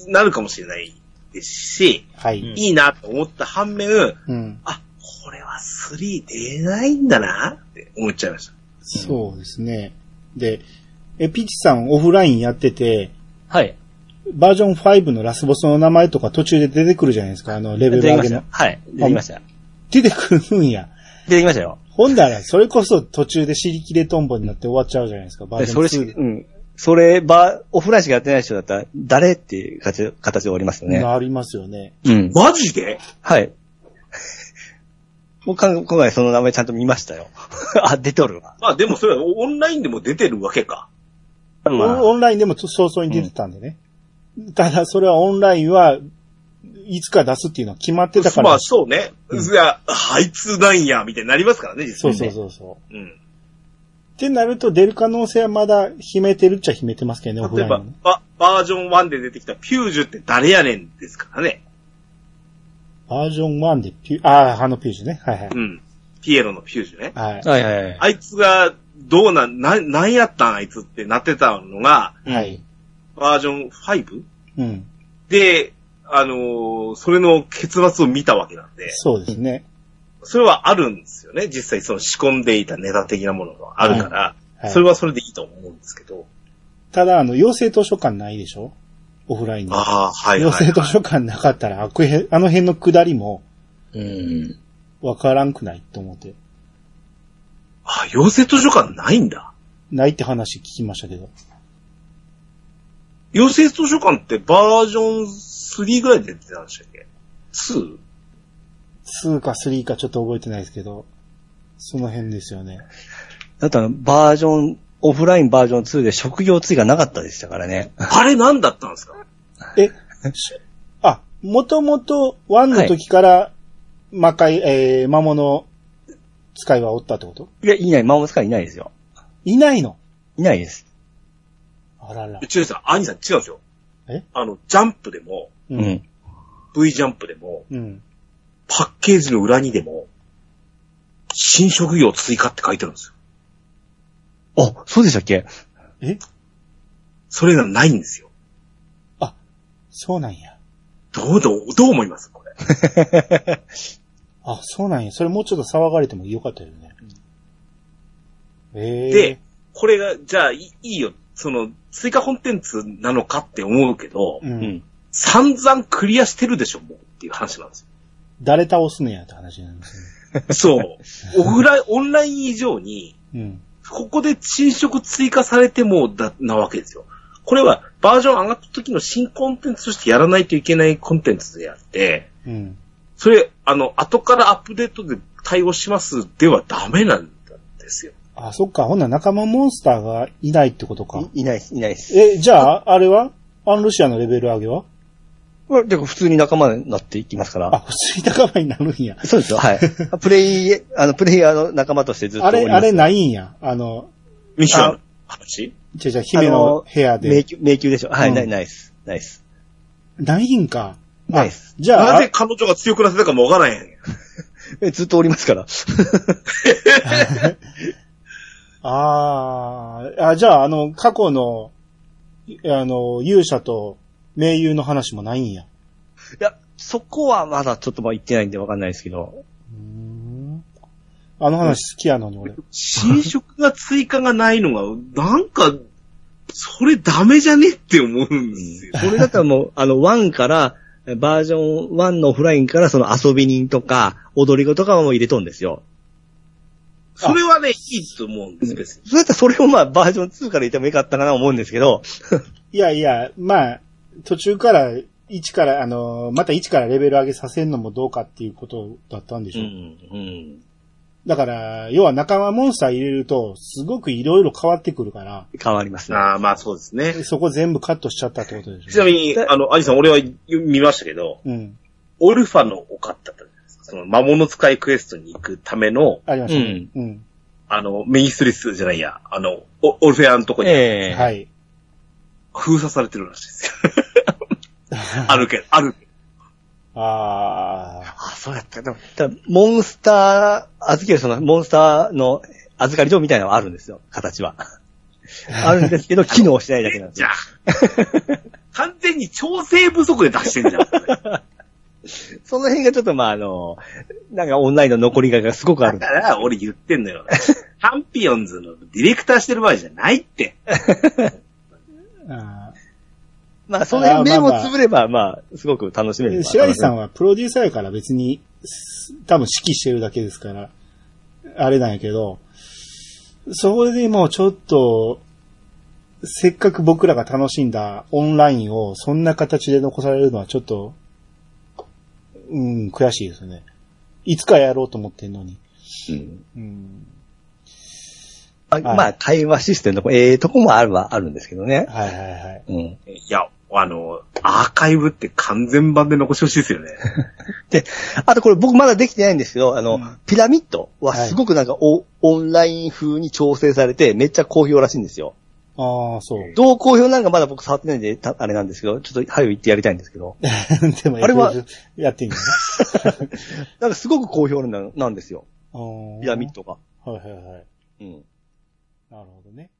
なるかもしれないですし、
はい。
うん
いいなと思った反面、
うん。
あ、これは3出ないんだなって思っちゃいました。
そうですね。で、え、ピチさんオフラインやってて、
はい。
バージョン5のラスボスの名前とか途中で出てくるじゃないですか、あの、レベル
出てき
上
ま
げ
し
の
た。。はい。出てきました。
出てくるんや。
出てきましたよ。
ほんだら、それこそ途中で尻切れトンボになって終わっちゃうじゃないですか、バー
で
ジ
そ
ョン
れし、
2で。
うん。それ、ば、オフラインしかやってない人だったら、誰っていう形形で終わりますよね。
なりますよね。
うん。
マジで
はい。もうかん今回その名前ちゃんと見ましたよ。 [laughs] あ、出とるわ。
まあでもそれはオンラインでも出てるわけか。
まあ
オンオンラインでも早々に出てたんでね。ただ、それはオンラインはいつか出すっていうのは決まってたか
ま
ら
あ。そうね。
うん
いや、あいつなんや、みたいになりますからね、
そ
実
う
際
そうそう
ね。
そう。
う。ん。
ってなると出る可能性はまだ秘めてるっちゃ秘めてますけどね、オフ
例え
ライン
ば
はね。、
ババージョン1で出てきたピュージュって誰やねんですからね。
バージョン1でピュ、ああ、あのピュージュね。はいはい。
うん。ピエロのピュージュね。
はい。
はいはいはい。
あいつが、どうなん、な、なんやったんあいつってなってたのが、
はい。
バージョン 5?
うん。
で、あのーそれの結末を見たわけなんで、
そうですね。
それはあるんですよね。実際その仕込んでいたネタ的なものがあるから、
はい
それはそれでいいと思うんですけど。
ただ、あの、妖精図書館ないでしょオフラインで。
ああ、はいはい、
妖
はい
精図書館なかったら、あくへあの辺の下りも
うん。
わからんくないと思って。
あ、妖精図書館ないんだ。
ないって話聞きましたけど。
妖精図書館ってバージョン3ぐらいで出てたんでしたっけ
[laughs]
?2?
2か3かちょっと覚えてないですけど、その辺ですよね。
だったら、バージョン、オフラインバージョン2で職業追がなかったでしたからね。 [laughs]
あれ何だったんですか
え、しあ、もともと1の時から、魔界、えー、魔物使いはおったってこと
いや、いない、魔物使いいないですよ。
いないの
いないです。
あらら。
違うさん、兄さん違うんですよ。
え
あの、ジャンプでも、
う
うん。。
V ジャンプでも、
うん。
パッケージの裏にでも、新職業追加って書いてあるんですよ。
あ、そうでしたっけ
え
それがないんですよ。
そうなんや。
どう、どう、どう思いますこれ。
あ、そうなんや。それもうちょっと騒がれてもよかったよね。ええ
で、これが、じゃあ、いいいいよ。その、追加コンテンツなのかって思うけど、
う。。
うん
散々クリアしてるでしょ、もうっていう
[laughs]
話なんです
誰倒すねやって話になります
よ。そう。オフライン、オンライン以上に、
ね。うん。
ここで新色追加されてもだ、なわけですよ。これは、バージョン上がった時の新コンテンツとしてやらないといけないコンテンツであって、
うん。
それ、あの、後からアップデートで対応しますではダメなんですよ。
あ、そっか。ほんなら仲間モンスターがいないってことか。
いいないです、いないです。
え、じゃあ、あれはアンルシアのレベル上げは
まあでも普通に仲間になっていきますか
あ、
ら。
普通に仲間になるんや。
そうですよ、はい。プレイ、 [laughs] あの、プレイヤーの仲間としてずっと
あ
おり
れ、
ます。
あれないんや。あの、
ミッションの話
じゃじゃ姫の部屋
迷
で。
宮、迷宮でしょ。はい、
うん
ない、ないです。ないです。
ないんか。あ
ないっす
じゃ
な
あ
ぜ、彼女が強くなせたかもわからへん。
えずっとおりますから。
あーあ、じゃあ、あの、過去の、あの、勇者と盟友の話もないんや。
いや、そこはまだちょっとまあ言ってないんでわかんないですけど。
あの話好きやのに、俺。
新色が追加がないのが、なんか、それダメじゃねって思うんですよ。
それだったらも [laughs] う、あの、1から、バージョン1のオフラインからその遊び人とか、踊り子とかはもう入れとんですよ。
それはね、いいと思うんです、別に。
それだったらそれをまあバージョン2から入れてもよかったかなと思うんですけど、
いやいや、まあ、途中から、1から、あの、また1からレベル上げさせるのもどうかっていうことだったんでし
う
ょう。
ん、うん。
だから、要は仲間モンスター入れると、すごくいろいろ変わってくるから、
変わりますね。
ああ、まあそうですね。
そこ全部カットしちゃったってことでしょ。
ちなみに、あの、アジさん、俺は見ましたけど、
うん。
オルファの丘ってあったじゃないですか。その、魔物使いクエストに行くための、
ありましたね。うん。
あの、メインストリスじゃないや、あの、オオルフェアのとこに
ええ
はい。
封鎖されてるらしいです [laughs] よ。あるけど、あるけど。
[laughs] ああ。
あ、そうやった。でもただモンスター、預けるその、モンスターの預かり所みたいなのはあるんですよ、形 [laughs] は。あるんですけど、機能しないだけなんです
じゃ
よ。
[laughs] あ、完全に調整不足で出してんじゃん。
その辺がちょっとまああの、なんかオンラインの残りががすごくある
だ。から、俺言ってん
[laughs]
のよ。チャンピオンズのディレクターしてる場合じゃないって。
あ
まあその辺
あ
目
ーま
を
あまあ
つぶれば、まあ、すごく楽しめる。
ー白石さん
は
はプロデューサーやから別にす多分指揮してるだけですから、あれなんやけど、そこでもうちょっと、せっかく僕らが楽しんだオンラインをそんな形で残されるのはちょっと、うん、悔しいですね。いつかやろうと思ってんのに。
うん。
うん。
あ
はい
まあ、会話システムのとこ、ええとこもあるはあるんですけどね。
はいはいはい。
うん。
いや、あの、アーカイブって完全版で残してほしいですよね。
で、あとこれ僕まだできてないんですけど、あの、
うん
ピラミッドはすごくなんかお、オンライン風に調整されてめっちゃ好評らしいんですよ。
ああ、そう。
どう好評なんかまだ僕触ってないんで、たあれなんですけど、ちょっと早く行ってやりたいんです
[laughs]
けど、
でも、
あれは、
やってみる
なんかすごく好評なんなんですよ、
ね。
[laughs] ピラミッドが。
ド。はいはいはい。
うん。
なるほどね。